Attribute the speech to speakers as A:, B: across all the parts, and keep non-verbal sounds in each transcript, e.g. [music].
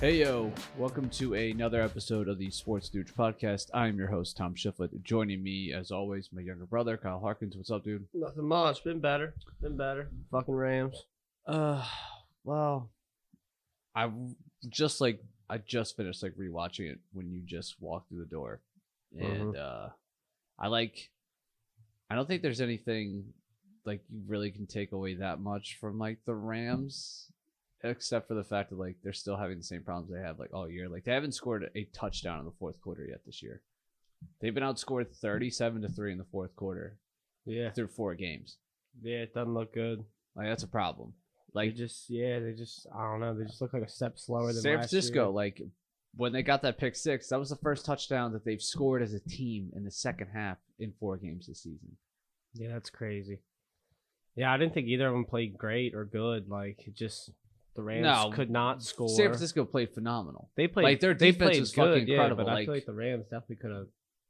A: Hey yo, welcome to another episode of the Sports Dudes Podcast. I am your host, Tom Shiflett. Joining me, as always, my younger brother, Kyle Harkins. What's up, dude?
B: Nothing much. Been better. Been better. Fucking Rams.
A: Uh, well, I just like, I just finished like rewatching it when you just walked through the door. And, uh, I like, I don't think there's anything like you really can take away that much from like the Rams, except for the fact that like they're still having the same problems they have like all year. Like they haven't scored a touchdown in the fourth quarter yet this year. They've been outscored thirty-seven to three in the fourth quarter
B: Yeah.
A: through four games.
B: Yeah, it doesn't look good.
A: Like that's a problem.
B: They
A: Like
B: just yeah, they just I don't know. They just look like a step slower than
A: San
B: last
A: Francisco,
B: year.
A: like when they got that pick six, that was the first touchdown that they've scored as a team in the second half in four games this season.
B: Yeah, that's crazy. Yeah, I didn't think either of them played great or good. Like it just the Rams
A: No,
B: could not score.
A: San Francisco played phenomenal.
B: They played
A: like, their
B: they
A: defense
B: played
A: was fucking
B: good, yeah,
A: incredible,
B: But I feel
A: like-
B: like the Rams definitely could have.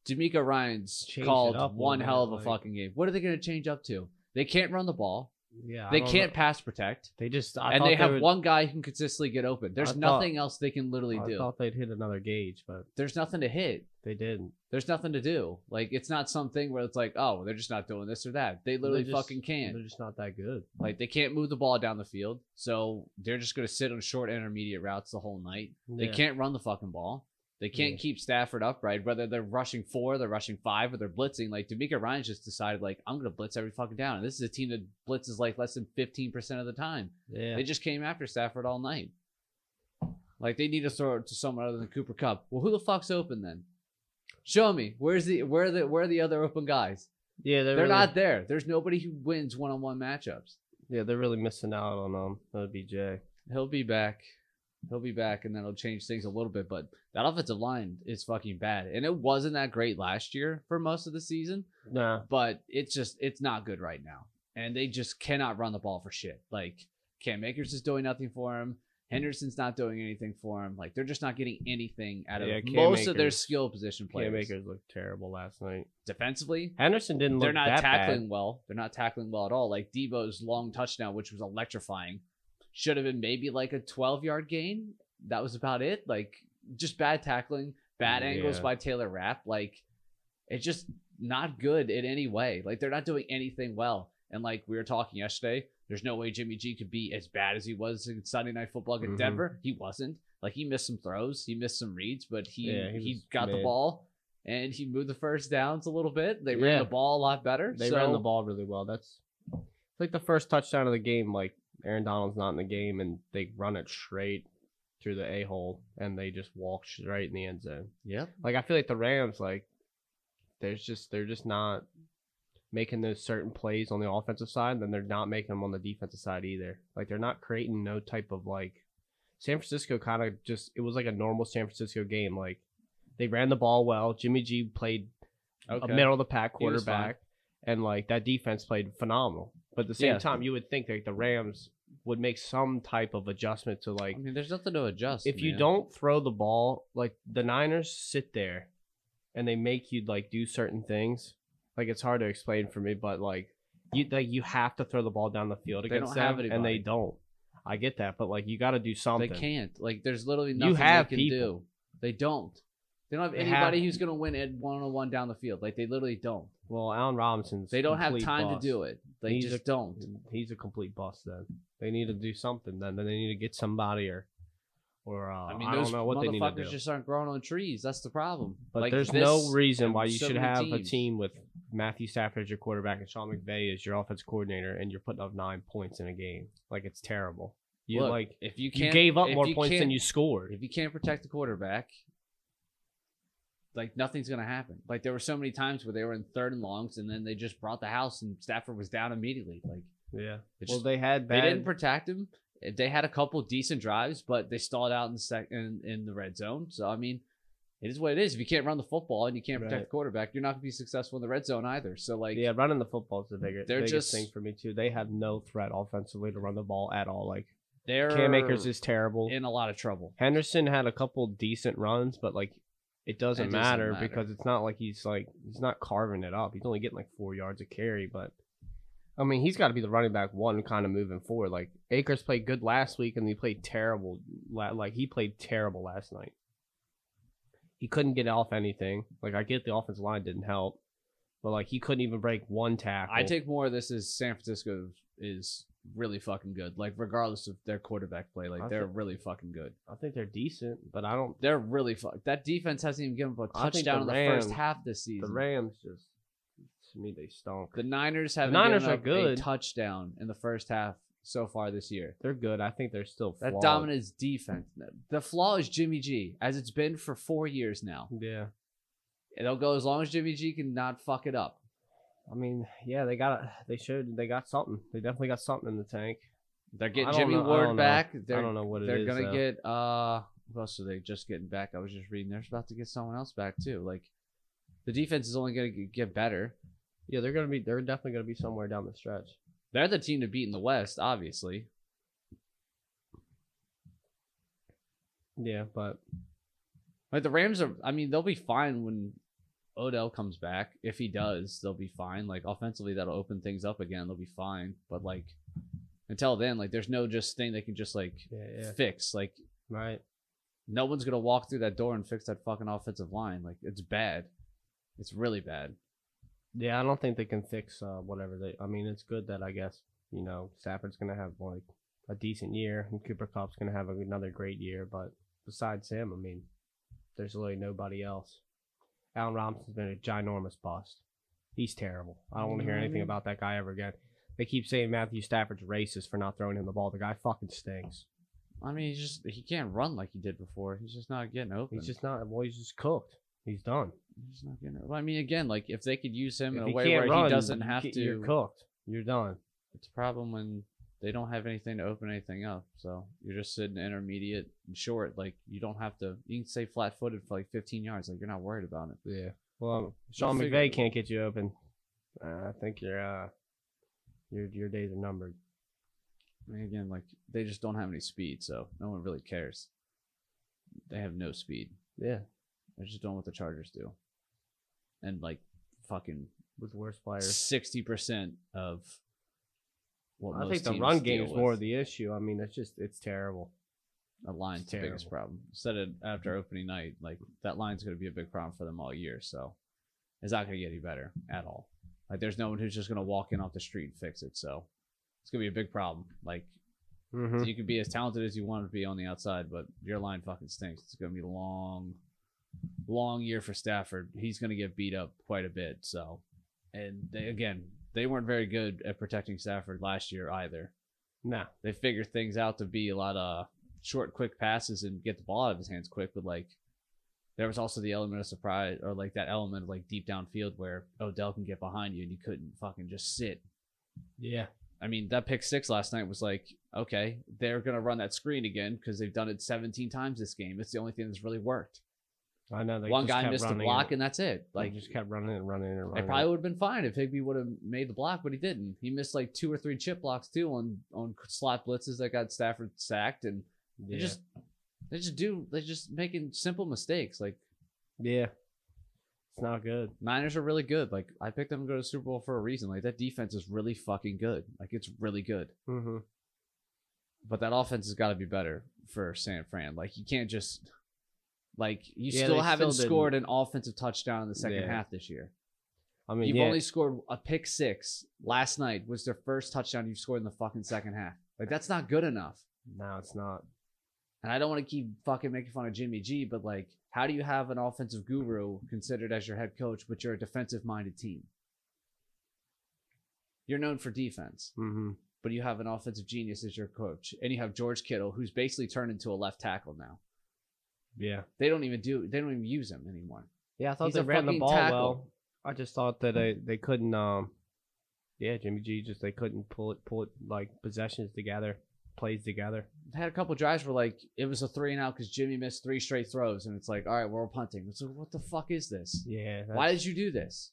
A: D'Amico Ryan's
B: Changed it up
A: called
B: a
A: one
B: little
A: hell of a
B: bit, like-
A: fucking game. What are they going to change up to? They can't run the ball.
B: Yeah, I
A: they
B: don't
A: can't
B: know.
A: pass protect,
B: They just I
A: and
B: thought
A: they have
B: would-
A: one guy who can consistently get open. There's
B: I thought-
A: nothing else they can literally
B: I
A: do.
B: thought they'd hit another gauge, but
A: There's nothing to hit.
B: they didn't.
A: There's nothing to do. Like it's not something where it's like, oh, they're just not doing this or that. They literally
B: They're just-
A: fucking can't.
B: They're just not that good.
A: Like they can't move the ball down the field, so they're just going to sit on short intermediate routes the whole night. They
B: Yeah.
A: can't run the fucking ball. They can't
B: Yeah.
A: keep Stafford upright, whether they're rushing four, they're rushing five, or they're blitzing. Like D'Amico Ryan's just decided, like I'm gonna blitz every fucking down. And this is a team that blitzes like less than fifteen percent of the time.
B: Yeah.
A: They just came after Stafford all night. Like they need to throw it to someone other than Cooper Cup. Well, who the fuck's open then? Show me where's the where are the where are the other open guys?
B: yeah,
A: They're
B: really-
A: not there. There's nobody who wins one on one matchups.
B: Yeah, they're really missing out on um OBJ.
A: he'll be back. He'll be back, and that'll change things a little bit. But that offensive line is fucking bad, and it wasn't that great last year for most of the season.
B: Nah,
A: But it's just it's not good right now, and they just cannot run the ball for shit. Like Cam Akers is doing nothing for him. Henderson's not doing anything for him. Like they're just not getting anything out of
B: Yeah, Cam
A: most of their
B: Akers-
A: skill position players.
B: Cam Akers looked terrible last night.
A: Defensively,
B: Henderson didn't
A: they're
B: look
A: not
B: that
A: tackling
B: bad.
A: well. They're not tackling well at all. Like Debo's long touchdown, which was electrifying, should have been maybe like a 12 yard gain. That was about it. Like just bad tackling, bad angles
B: Yeah.
A: by Taylor Rapp. Like it's just not good in any way. Like they're not doing anything well. And like we were talking yesterday, there's no way Jimmy G could be as bad as he was in Sunday Night Football against
B: Mhm.
A: Denver. He wasn't. Like he missed some throws, he missed some reads, but he
B: Yeah, he
A: he,
B: was
A: got the
B: mid.
A: ball and he moved the first downs a little bit. They ran
B: Yeah.
A: the ball a lot better.
B: They
A: so-
B: ran the ball really well. That's it's like the first touchdown of the game. Like Aaron Donald's not in the game, and they run it straight through the a hole, and they just walk straight in the end zone.
A: Yep.
B: Like I feel like the Rams, like there's just they're just not making those certain plays on the offensive side, and then they're not making them on the defensive side either. Like they're not creating no type of like San Francisco kind of just it was like a normal San Francisco game. Like they ran the ball well. Jimmy G played
A: Okay.
B: a middle of the pack
A: He was fine.
B: quarterback, and like that defense played phenomenal. But at the same
A: Yeah.
B: time, you would think like the Rams would make some type of adjustment to like
A: I mean, there's nothing to adjust.
B: if you
A: man.
B: don't throw the ball, like the Niners sit there and they make you like do certain things. Like it's hard to explain for me, but like you like you have to throw the ball down the field
A: They
B: against
A: don't have
B: them, and
A: anybody.
B: they don't. I get that, but like you got to do something.
A: they can't. Like, there's literally nothing
B: have
A: they can
B: people.
A: do. They don't. They don't have
B: They
A: anybody
B: have-
A: who's gonna win at one on one down the field. Like, they literally don't.
B: Well, Allen Robinson's
A: They don't have time to do it. They
B: He's
A: just
B: a-
A: don't.
B: He's a complete bust. Then they need to do something. Then then they need to get somebody or or uh,
A: I
B: I
A: mean,
B: don't
A: those
B: know what they need to
A: motherfuckers
B: do.
A: just aren't growing on trees. That's the problem.
B: But
A: Like,
B: there's
A: this-
B: no reason
A: and
B: why you
A: so
B: should
A: many
B: have a
A: teams.
B: team with Matthew Stafford as your quarterback and Sean McVay as your offense coordinator, and you're putting up nine points in a game. Like it's terrible. You
A: Look,
B: like
A: if you
B: you
A: can't,
B: gave up
A: if
B: more
A: you
B: points than
A: can't-
B: you scored.
A: If you can't protect the quarterback, like nothing's gonna happen. Like there were so many times where they were in third and longs, and then they just brought the house, and Stafford was down immediately. Like
B: Yeah.
A: it
B: Well,
A: just-
B: they had
A: They
B: bad.
A: didn't protect him. They had a couple decent drives, but they stalled out in the sec- in, in the red zone. So I mean, it is what it is. If you can't run the football and you can't protect
B: Right.
A: the quarterback, you're not going to be successful in the red zone either. So like,
B: yeah, running the football is the bigger,
A: They're
B: biggest
A: just-
B: thing for me too. They have no threat offensively to run the ball at all. Like
A: they're
B: Cam Akers is terrible.
A: in a lot of trouble.
B: Henderson had a couple decent runs, but like it doesn't,
A: It doesn't
B: matter,
A: matter.
B: because it's not like he's like he's not carving it up. He's only getting like four yards of carry, but I mean, he's got to be the running back one kind of moving forward. Like Akers played good last week, and he played terrible. la- Like he played terrible last night. He couldn't get off anything. Like I get the offensive line didn't help, but like he couldn't even break one tackle.
A: I take more of this as San Francisco is really fucking good. Like regardless of their quarterback play, like
B: I
A: they're
B: think-
A: really fucking good.
B: I think they're decent, but I don't.
A: They're really fuck. That defense hasn't even given up a
B: I think
A: touchdown
B: the
A: in the first
B: Rams-
A: half this
B: The
A: season. The,
B: Rams just to me they stunk.
A: Niners haven't
B: Niners
A: given
B: are
A: up
B: good.
A: a touchdown in the first half so far this year.
B: They're good. I think they're still
A: That
B: flawed.
A: dominant is defense. The flaw is Jimmy G, as it's been for four years now.
B: Yeah.
A: It'll go as long as Jimmy G can not fuck it up.
B: I mean, yeah, they got they should they got something. They definitely got something in the tank.
A: They're
B: I
A: getting
B: don't
A: Jimmy
B: know- I don't
A: Ward
B: know.
A: back.
B: I
A: They're
B: don't know what it
A: they're
B: is,
A: gonna
B: though.
A: get uh who else are they just getting back? I was just reading they're about to get someone else back too. Like the defense is only gonna g- get better.
B: Yeah, they're gonna be. They're definitely gonna be somewhere down the stretch.
A: They're the team to beat in the West, obviously.
B: Yeah, but
A: Like the Rams are I mean, they'll be fine when Odell comes back. If he does, they'll be fine. Like offensively that'll open things up again, they'll be fine. But like until then, like there's no just thing they can just like
B: yeah, yeah,
A: fix. Like
B: right.
A: no one's gonna walk through that door and fix that fucking offensive line. Like it's bad. It's really bad.
B: Yeah, I don't think they can fix uh, whatever they. I mean, it's good that I guess you know Stafford's gonna have like a decent year, and Cooper Cup's gonna have another great year. But besides him, I mean, there's really nobody else. Allen Robinson's been a ginormous bust. He's terrible. I don't want to
A: You know
B: hear
A: what I
B: anything
A: mean?
B: about that guy ever again. They keep saying Matthew Stafford's racist for not throwing him the ball. The guy fucking stinks.
A: I mean, he's just he can't run like he did before. He's just not getting open.
B: He's just not. Well, he's just cooked. He's done.
A: He's not getting. Well, I mean, again, like if they could use him in
B: If
A: a
B: he
A: way
B: can't
A: where
B: run,
A: he doesn't
B: you
A: have
B: get-
A: to,
B: You're cooked. You're done.
A: it's a problem when they don't have anything to open anything up. So you're just sitting intermediate and short. Like you don't have to. You can stay flat-footed for like 15 yards. Like you're not worried about it.
B: Yeah. Well, Sean
A: figure
B: McVay
A: it.
B: can't get you open. Uh, I think your uh, your your days are numbered.
A: I mean, again, like they just don't have any speed, so no one really cares. They have no speed.
B: Yeah.
A: They're just doing what the Chargers do, and like fucking
B: With worse players.
A: sixty percent of. What
B: I
A: most
B: think the
A: teams
B: run game
A: deal
B: is
A: with.
B: more of the issue. I mean, it's just it's terrible.
A: a line's
B: It's
A: the biggest problem. Said it after opening night, like that line's going to be a big problem for them all year. So it's not going to get any better at all. Like there's no one who's just going to walk in off the street and fix it. So it's going to be a big problem. Like
B: Mm-hmm.
A: you can be as talented as you want to be on the outside, but your line fucking stinks. It's going to be a long, long year for Stafford. He's going to get beat up quite a bit. So, and they, again, they weren't very good at protecting Stafford last year either
B: Nah.
A: they figure things out to be a lot of short, quick passes and get the ball out of his hands quick. But like, there was also the element of surprise, or like that element of like deep downfield where Odell can get behind you and you couldn't fucking just sit.
B: Yeah.
A: I mean, that pick six last night was like, okay, they're gonna run that screen again because they've done it 17 times this game. It's the only thing that's really worked.
B: I know. They
A: One
B: just
A: guy
B: kept
A: missed a
B: running
A: block
B: It.
A: and that's it.
B: Like
A: Like,
B: just kept running and running and
A: it
B: running.
A: probably would have been fine if Higby would have made the block, but he didn't. He missed like two or three chip blocks too on on slot blitzes that got Stafford sacked and.
B: yeah.
A: They just they just do they just making simple mistakes. Like
B: yeah. It's not good.
A: Niners are really good. Like I picked them to go to the Super Bowl for a reason. Like that defense is really fucking good. Like it's really good.
B: Mm-hmm.
A: But that offense has got to be better for San Fran. Like you can't just like you
B: Yeah,
A: still
B: they
A: haven't
B: still
A: scored an offensive touchdown in the second
B: Yeah.
A: half this year.
B: I mean,
A: you've
B: yeah.
A: only scored a pick six last night was their first touchdown you've scored in the fucking second half. Like that's not good enough.
B: no, it's not.
A: and I don't want to keep fucking making fun of Jimmy G, but like, how do you have an offensive guru considered as your head coach, but you're a defensive minded team? You're known for defense,
B: Mm-hmm.
A: but you have an offensive genius as your coach. And you have George Kittle, who's basically turned into a left tackle now.
B: Yeah.
A: They don't even do they don't even use him anymore.
B: Yeah, I thought
A: He's
B: they
A: a
B: ran the
A: fucking
B: ball
A: tackle.
B: well. I just thought that they, they couldn't. Um, yeah, Jimmy G just they couldn't pull it pull it like possessions together, plays together.
A: They had a couple drives where like it was a three and out because Jimmy missed three straight throws, and it's like, all right, we're punting. It's like, what the fuck is this?
B: Yeah,
A: Why did you do this?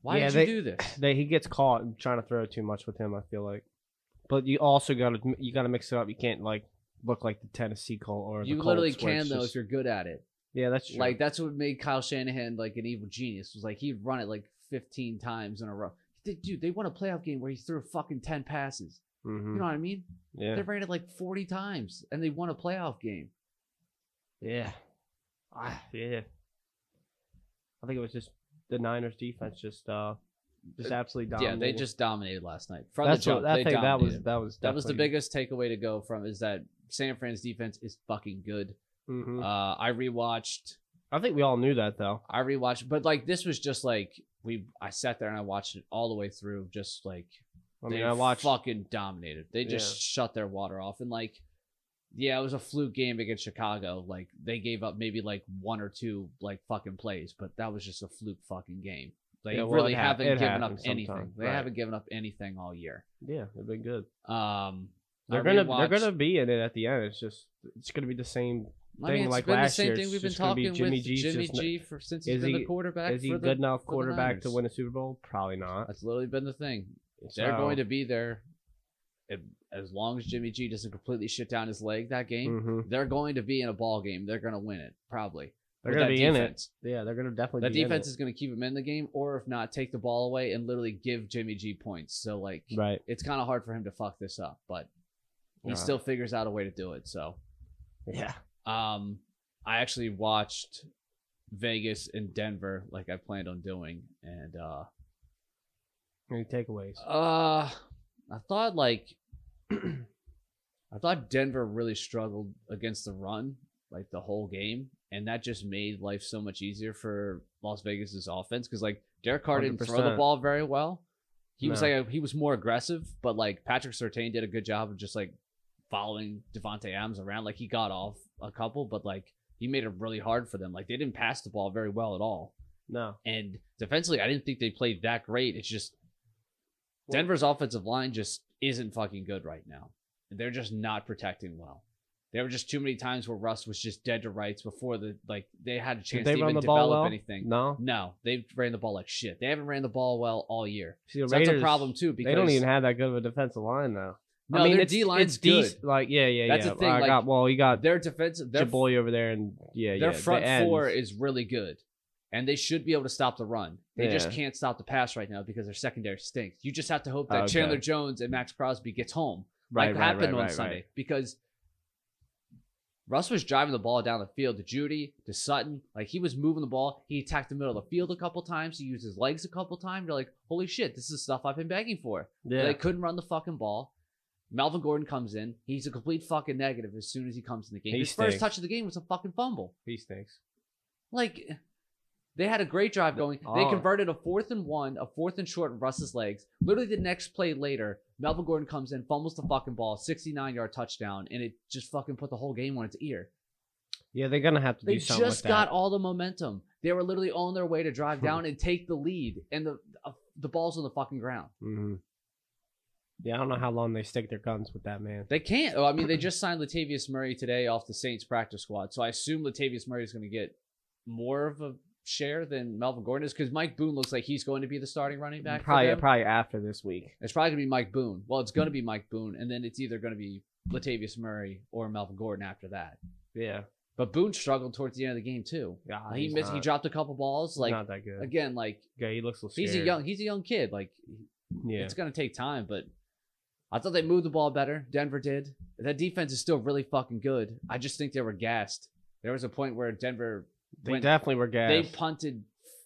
A: Why
B: Yeah,
A: did you
B: they-
A: do this?
B: they, he gets caught trying to throw too much with him? I feel like, but you also got to you got to mix it up. You can't like look like the Tennessee Colt [coughs] or
A: You
B: the
A: literally
B: Colts, where
A: can
B: it's
A: though if
B: just-
A: you're good at it.
B: yeah, that's true.
A: Like that's what made Kyle Shanahan like an evil genius. Was like he'd run it like 15 times in a row. they, dude, they won a playoff game where he threw fucking ten passes.
B: Mm-hmm.
A: You know what I mean?
B: yeah.
A: They ran it like forty times, and they won a playoff game.
B: Yeah. Ah, yeah. I think it was just the Niners defense just uh just absolutely
A: Yeah,
B: dominated.
A: they just dominated last night from
B: That's
A: the jump.
B: what, that
A: they
B: thing that was
A: dominated.
B: that was
A: that was the
B: definitely-
A: biggest takeaway to go from is that San Fran's defense is fucking good.
B: Mhm.
A: Uh, I rewatched.
B: I think we all knew that though.
A: I rewatched, but like this was just like we. I sat there and I watched it all the way through. Just like
B: I mean,
A: they
B: I watched
A: fucking dominated. They just
B: Yeah.
A: shut their water off and like, yeah, it was a fluke game against Chicago. Like they gave up maybe like one or two like fucking plays, but that was just a fluke fucking game. They
B: Yeah, well,
A: really
B: it hap-
A: haven't
B: it
A: given up
B: happens
A: anything.
B: sometimes,
A: They
B: right.
A: haven't given up anything all year.
B: Yeah, they've been good.
A: Um, I
B: They're gonna
A: rewatched-
B: they're gonna be in it at the end. It's just it's gonna be the same.
A: I mean,
B: thing
A: it's
B: like
A: been
B: last
A: the same
B: year.
A: thing
B: It's
A: we've been
B: just gonna be
A: talking
B: Jimmy
A: with
B: G's
A: Jimmy
B: just not-
A: G for since
B: Is
A: he's been
B: he-
A: the quarterback.
B: Is he
A: for
B: good
A: the,
B: enough
A: the
B: quarterback to
A: Niners.
B: win a Super Bowl? Probably not.
A: That's literally been the thing. They're
B: So-
A: going to be there, if, as long as Jimmy G doesn't completely shit down his leg that game.
B: Mhm.
A: They're going to be in a ball game. They're going to win it probably.
B: They're
A: with
B: gonna
A: that
B: be in it.
A: defense.
B: Yeah, they're gonna definitely.
A: That
B: be
A: defense
B: in
A: is going to keep him in the game, or if not, take the ball away and literally give Jimmy G points. So like,
B: it. right.
A: it's kind of hard for him to fuck this up, but he
B: Yeah.
A: still figures out a way to do it. So
B: [laughs] Yeah.
A: um, I actually watched Vegas and Denver like I planned on doing, and uh,
B: Any takeaways?
A: uh I thought like [clears throat] I thought Denver really struggled against the run like the whole game, and that just made life so much easier for Las Vegas's offense because like Derek Carr didn't throw the
B: 100%.
A: ball very well. He was
B: No.
A: like he was more aggressive, but like Patrick Sertain did a good job of just like following Devonte Adams around. Like he got off a couple, but like he made it really hard for them. Like they didn't pass the ball very well at all.
B: No.
A: And defensively, I didn't think they played that great. It's just Denver's offensive line just isn't fucking good right now. They're just not protecting well. There were just too many times where Russ was just dead to rights before the like they had a chance
B: they
A: to
B: run
A: even
B: the ball
A: develop
B: well?
A: anything.
B: No.
A: No, they ran the ball like shit. They haven't ran the ball well all year.
B: See, the
A: So that's a problem too because
B: they don't even have that good of a defensive line though.
A: no,
B: I mean,
A: their
B: it's,
A: D line's
B: it's dec-
A: good.
B: Like yeah, yeah,
A: That's
B: yeah.
A: the thing,
B: I
A: like,
B: got well, you got
A: Their defensive, their
B: your boy over there, and yeah,
A: Their
B: yeah.
A: front
B: the ends.
A: four is really good, and they should be able to stop the run. They just
B: Yeah.
A: can't stop the pass right now because their secondary stinks. You just have to hope that
B: Okay.
A: Chandler Jones and Max Crosby gets home,
B: right,
A: like
B: right,
A: happened
B: right,
A: on
B: right,
A: Sunday,
B: right.
A: because Russ was driving the ball down the field to Judy, to Sutton. Like he was moving the ball. He attacked the middle of the field a couple times. He used his legs a couple times. You're like, holy shit, this is stuff I've been begging for.
B: Yeah,
A: They couldn't run the fucking ball. Melvin Gordon comes in. He's a complete fucking negative as soon as he comes in the game.
B: He
A: his
B: stinks.
A: first touch of the game was a fucking fumble.
B: he stinks.
A: Like they had a great drive going. They
B: Oh.
A: converted a fourth and one, a fourth and short, Russ's legs. Literally the next play later, Melvin Gordon comes in, fumbles the fucking ball, 69 yard touchdown, and it just fucking put the whole game on its ear.
B: Yeah, they're gonna have to
A: They
B: do something
A: just
B: with
A: got
B: that. Hmm.
A: all the momentum. They were literally on their way to drive down and take the lead, and the uh, the ball's on the fucking ground.
B: Mhm. Yeah, I don't know how long they stick their guns with that man.
A: They can't. Oh, I mean, they just signed Latavius Murray today off the Saints practice squad, so I assume Latavius Murray is going to get more of a share than Melvin Gordon is because Mike Boone looks like he's going to be the starting running back. for
B: Probably,
A: them.
B: probably after this week.
A: It's probably gonna be Mike Boone. Well, it's gonna be Mike Boone, and then it's either gonna be Latavius Murray or Melvin Gordon after that.
B: Yeah,
A: But Boone struggled towards the end of the game too. Uh,
B: yeah.
A: he
B: he's
A: missed.
B: Not,
A: he dropped a couple balls.
B: he's
A: Like
B: not that good.
A: again, like
B: yeah, he looks so scared.
A: he's a young he's a young kid. Like
B: Yeah,
A: it's gonna take time, but I thought they moved the ball better. Denver did. That defense is still really fucking good. I just think they were gassed. There was a point where Denver
B: they
A: when
B: definitely were
A: they
B: gassed.
A: punted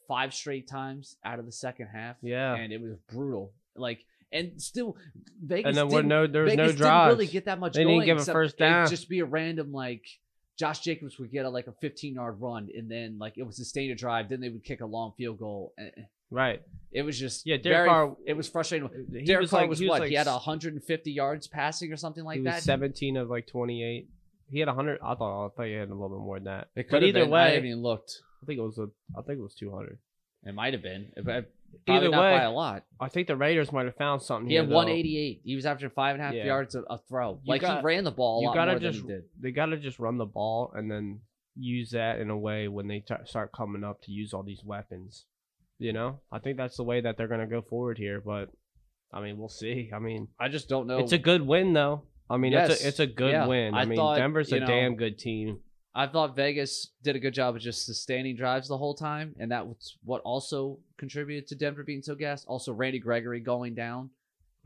A: five straight times out of the second half.
B: yeah,
A: and it was brutal. Like and still Vegas
B: and then we're
A: didn't
B: no, there was
A: Vegas
B: no
A: didn't
B: drives.
A: really get that much.
B: They didn't
A: going
B: give a
A: except
B: first
A: it'd
B: down.
A: Just be a random like Josh Jacobs would get a, like a 15 yard run, and then like it would sustain a drive. Then they would kick a long field goal. Eh, eh.
B: right.
A: It was just
B: Yeah, Derek
A: very,
B: Carr-
A: It was frustrating.
B: He
A: Derek Carr
B: like-
A: was,
B: was
A: what?
B: like
A: he had 150 yards passing or something like
B: he
A: that.
B: was 17 of like 28. He had 100. I thought I thought he had a little bit more than that.
A: It
B: But
A: could have
B: either
A: been. I haven't
B: way,
A: even looked.
B: I think it was a. I think it was 200.
A: It might have been. If I- Probably
B: Either
A: not by a
B: way,
A: lot.
B: I think the Raiders might have found something.
A: He
B: here,
A: had
B: though.
A: 188. He was after five and a half
B: Yeah.
A: yards of a throw.
B: You
A: Like
B: got-
A: he ran the ball a
B: You
A: lot
B: gotta
A: more
B: just.
A: than he did.
B: They gotta just run the ball and then use that in a way when they t- start coming up to use all these weapons. You know, I think that's the way that they're gonna go forward here. But I mean, we'll see. I mean,
A: I just don't know.
B: it's a good win though. I mean, it's
A: Yes.
B: a it's a good
A: Yeah.
B: win. I,
A: I
B: mean,
A: thought,
B: Denver's a
A: you know,
B: damn good team.
A: I thought Vegas did a good job of just sustaining drives the whole time, and that was what also contributed to Denver being so gassed. Also, Randy Gregory going down.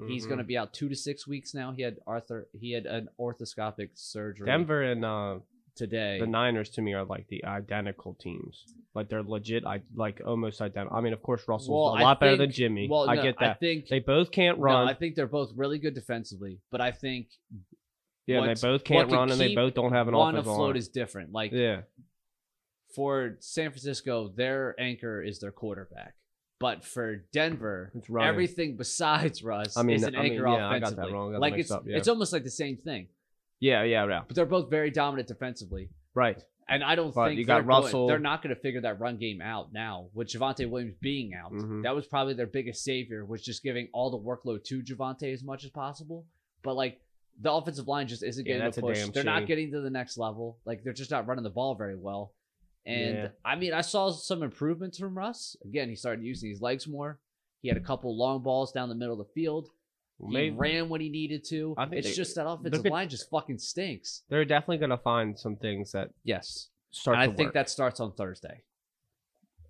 A: He's going to
B: Mhm.
A: be out two to six weeks now. He had Arthur. He had an orthoscopic surgery
B: Denver and uh,
A: today.
B: the Niners to me are like the identical teams. Like they're legit, I like almost identical. I mean, of course, Russell's
A: Well,
B: a
A: I
B: lot better than
A: think-
B: Jimmy.
A: well,
B: I
A: no,
B: get
A: I
B: that.
A: think
B: they both can't
A: no,
B: run.
A: I think they're both really good defensively, but I think
B: yeah, and
A: what's-
B: they both can't
A: what could
B: run, and they
A: keep
B: both don't have an
A: one
B: offensive
A: afloat
B: line.
A: is different. Like
B: yeah,
A: for San Francisco, their anchor is their quarterback, but for Denver,
B: it's running.
A: everything besides [laughs] Russ
B: I mean,
A: is an
B: I mean,
A: anchor
B: yeah, I got that
A: offensively.
B: wrong. I got that
A: like it's
B: mixed up, yeah.
A: it's almost like the same thing,
B: yeah, yeah, yeah.
A: but they're both very dominant defensively.
B: Right.
A: And I don't
B: But
A: think
B: you got
A: they're going-
B: Russell.
A: they're not going to figure that run game out now with Javante Williams being out.
B: Mhm.
A: That was probably their biggest savior was just giving all the workload to Javante as much as possible. But like the offensive line just isn't
B: Yeah,
A: getting
B: that's
A: the
B: a
A: push.
B: damn
A: They're not
B: shame.
A: getting to the next level. Like they're just not running the ball very well. And
B: Yeah.
A: I mean, I saw some improvements from Russ. Again, he started using his legs more. He had a couple long balls down the middle of the field. He
B: Maybe-
A: ran when he needed to.
B: I think
A: it's
B: they-
A: just that offensive
B: at-
A: line just fucking stinks.
B: They're definitely gonna find some things that
A: Yes.
B: start.
A: and I
B: to
A: think
B: work.
A: that starts on Thursday.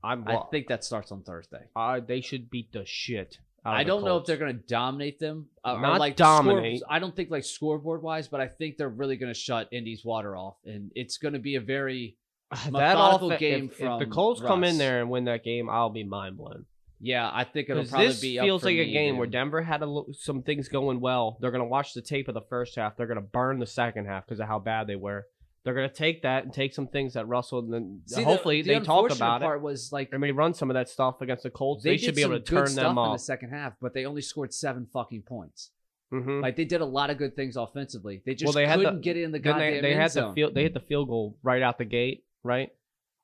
B: I'm.
A: I think that starts on Thursday.
B: uh, they should beat the shit. Out of
A: I
B: the
A: don't know if
B: Colts. [sighs]
A: they're going to dominate them. uh, or
B: Not
A: like score-
B: dominate.
A: I don't think like scoreboard wise, but I think they're really going to shut Indy's water off, and it's going to be a very
B: that
A: methodical
B: off,
A: game
B: If, if
A: from
B: the Colts come
A: Russ.
B: in there and win that game, I'll be mind blown.
A: yeah. I think it'll
B: Because
A: probably
B: this
A: be up
B: feels
A: for
B: like a
A: me,
B: game
A: dude.
B: where Denver had a lo- some things going well. They're gonna watch the tape of the first half. They're gonna burn the second half because of how bad they were. They're gonna take that and take some things that Russell and then
A: See, the-
B: hopefully
A: the
B: they talk
A: unfortunate
B: about
A: part was like
B: it. I mean, run some of that stuff against the Colts. They,
A: they,
B: should
A: did
B: be able
A: some
B: to
A: good
B: turn
A: stuff
B: them
A: in the
B: off.
A: second half, but they only scored seven fucking points.
B: hmm
A: Like they did a lot of good things offensively. They just
B: they had the-
A: couldn't get it in the
B: then
A: goddamn
B: they, they
A: end
B: had the
A: zone.
B: field. They hit the field goal right out the gate, right?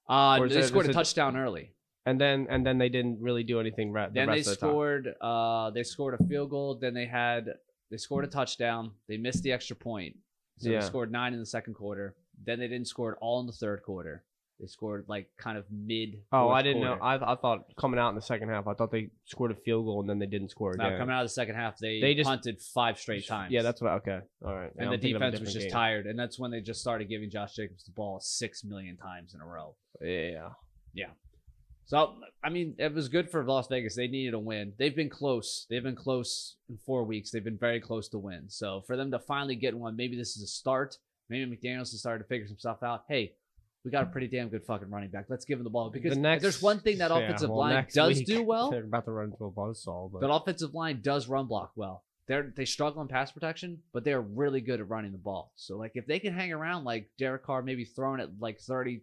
A: uh,
B: or is
A: they
B: it-
A: scored
B: is
A: a
B: it-
A: touchdown early.
B: And then and then they didn't really do anything. Re- the
A: then they
B: rest of the time.
A: scored uh they scored a field goal then they had they scored a touchdown they missed the extra point so
B: Yeah.
A: they scored nine in the second quarter then they didn't score at all in the third quarter they scored like kind of mid
B: Oh,
A: fourth
B: I didn't know.
A: quarter.
B: I, I thought coming out in the second half, I thought they scored a field goal and then they didn't score
A: now
B: again.
A: coming out of the second half they,
B: They just-
A: punted five straight times
B: Yeah, that's what. Okay, all right.
A: and
B: Now
A: the
B: I'm thinking of a
A: defense was
B: different
A: just
B: game.
A: tired and that's when they just started giving josh jacobs the ball six million times in a row
B: Yeah,
A: So I mean, it was good for Las Vegas. They needed a win. They've been close. They've been close in four weeks. They've been very close to win. So for them to finally get one, maybe this is a start. Maybe McDaniels has started to figure some stuff out. Hey, we got a pretty damn good fucking running back. Let's give him the ball because
B: The
A: if
B: next-
A: there's one thing that
B: yeah,
A: offensive
B: well,
A: line
B: next
A: does
B: week, [laughs]
A: do well.
B: They're about to run into a buzzsaw, but
A: That offensive line does run block well. They're they struggle in pass protection, but they're really good at running the ball. So like if they can hang around like Derek Carr, maybe throwing it like 30,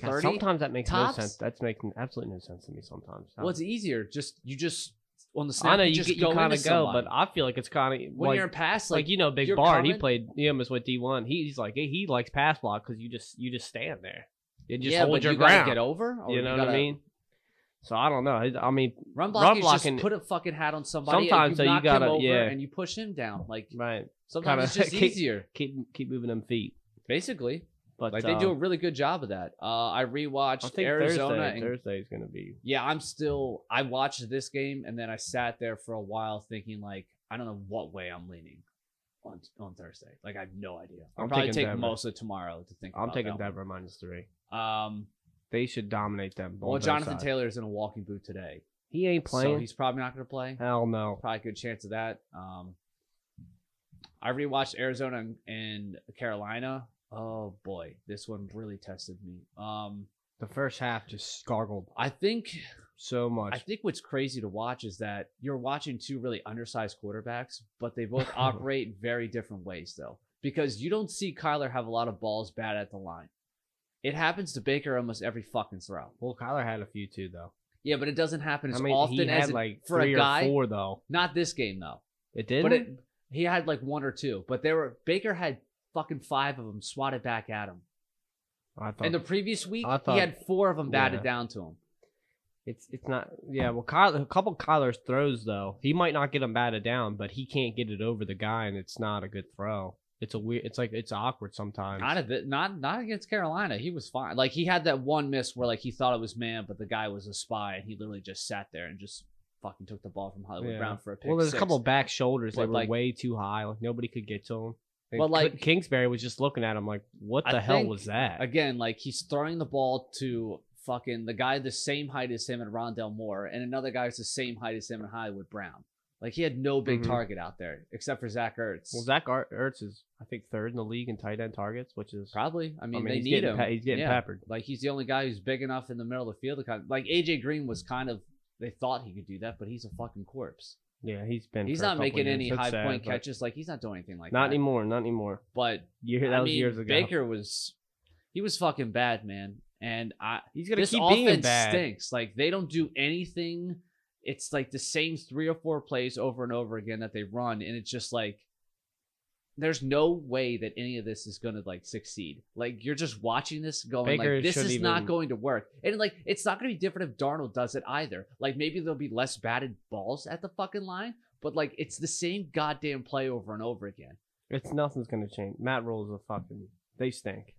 B: God,
A: 30
B: sometimes that makes
A: tops?
B: no sense. That's making absolutely no sense to me sometimes.
A: Well, it's easier. Just you just on the snap.
B: I know Um, you,
A: just
B: get- you
A: go
B: kind
A: into
B: of go,
A: somebody.
B: but I feel like it's kind of
A: when
B: like,
A: you're in pass,
B: like
A: like,
B: you know, Big
A: you're
B: Bard. He
A: coming-
B: played EMS with D one. He's like he he likes pass block because you just you just stand there. You just
A: yeah,
B: hold
A: but
B: your
A: you
B: ground.
A: gotta get over. Or
B: you know what
A: gotta-
B: I mean? So I don't know. I- I mean,
A: Run
B: Run
A: blocking, is just
B: blocking-
A: put a fucking hat on somebody. and
B: Sometimes,
A: you,
B: though, you
A: knock him
B: gotta-
A: over
B: yeah.
A: and you push him down. Like
B: right?
A: sometimes it's
B: Kinda- [laughs]
A: just
B: keep-
A: easier.
B: Keep keep moving them feet.
A: Basically,
B: But
A: like they
B: uh,
A: do a really good job of that. Uh, I
B: I
A: rewatched
B: think
A: Arizona
B: Thursday,
A: and
B: Thursday is going to be.
A: yeah, I'm still. I watched this game and then I sat there for a while thinking like I don't know what way I'm leaning on on Thursday. Like I have no idea. I'll
B: I'm
A: probably
B: taking
A: take
B: Denver.
A: most of tomorrow to think.
B: I'm
A: about
B: taking
A: that one.
B: Denver minus three.
A: Um,
B: They should dominate them. on
A: well,
B: both
A: Jonathan
B: sides.
A: Taylor is in a walking boot today,
B: He ain't playing.
A: so he's probably not going to play.
B: Hell no.
A: Probably a good chance of that. Um, I rewatched Arizona and, and Carolina. Oh boy, this one really tested me. Um,
B: The first half just gargled
A: I think
B: so much.
A: I think what's crazy to watch is that you're watching two really undersized quarterbacks, but they
B: [laughs]
A: both operate very different ways though, because you don't see Kyler have a lot of balls bad at the line. It happens to Baker almost every fucking throw.
B: well, Kyler had a few too, though.
A: Yeah, but it doesn't happen as
B: I mean, he
A: often
B: had
A: as it,
B: like
A: for
B: three
A: a guy.
B: or four, though.
A: Not this game though.
B: It did.
A: But it, he had like one or two. But there were Baker had fucking five of them swatted back at him.
B: Oh, I thought
A: And the previous week,
B: I thought-
A: he had four of them batted
B: yeah.
A: down to him.
B: it's it's not. Yeah. Well, Kyler, a couple Kyler's throws though. He might not get them batted down, but he can't get it over the guy, and it's not a good throw. It's a weird. It's like it's awkward sometimes.
A: Not a bit, not not against Carolina. He was fine. Like he had that one miss where like he thought it was man, but the guy was a spy, and he literally just sat there and just fucking took the ball from Hollywood
B: Yeah.
A: Brown for a pick.
B: Well, there's
A: six.
B: a couple back shoulders that
A: But,
B: were
A: like-
B: way too high. Like nobody could get to him. And
A: But,
B: K-
A: like-
B: Kingsbury was just looking at him like, what
A: I
B: the hell
A: think-
B: was that?
A: Again, like he's throwing the ball to fucking the guy the same height as him and Rondell Moore, and another guy who's the same height as him and Hollywood Brown. Like he had no big
B: Mhm.
A: target out there except for Zach Ertz.
B: well, Zach Ar- Ertz is I think third in the league in tight end targets, which is
A: Probably. I mean, they
B: he's
A: need
B: getting
A: him.
B: pe- he's getting
A: Yeah.
B: peppered.
A: Like he's the only guy who's big enough in the middle of the field to kind of like AJ Green was kind of they thought he could do that, but he's a fucking corpse.
B: Yeah, he's been.
A: He's
B: for a
A: not
B: couple
A: making
B: years.
A: any
B: It's
A: high
B: sad,
A: point
B: but
A: catches. Like he's not doing anything like
B: Not
A: that.
B: anymore. Not anymore.
A: But
B: You hear that
A: I
B: was
A: mean,
B: years ago.
A: Baker was he was fucking bad, man. And I
B: he's gonna
A: this
B: keep being
A: offense
B: bad.
A: stinks. Like they don't do anything. It's like the same three or four plays over and over again that they run, and it's just like there's no way that any of this is gonna like succeed. Like you're just watching this going
B: Baker
A: like this
B: shouldn't
A: is not
B: even-
A: going to work, and like it's not gonna be different if Darnold does it either. Like maybe there'll be less batted balls at the fucking line, but like it's the same goddamn play over and over again.
B: It's nothing's gonna change. Matt Rule's a fucking. They stink.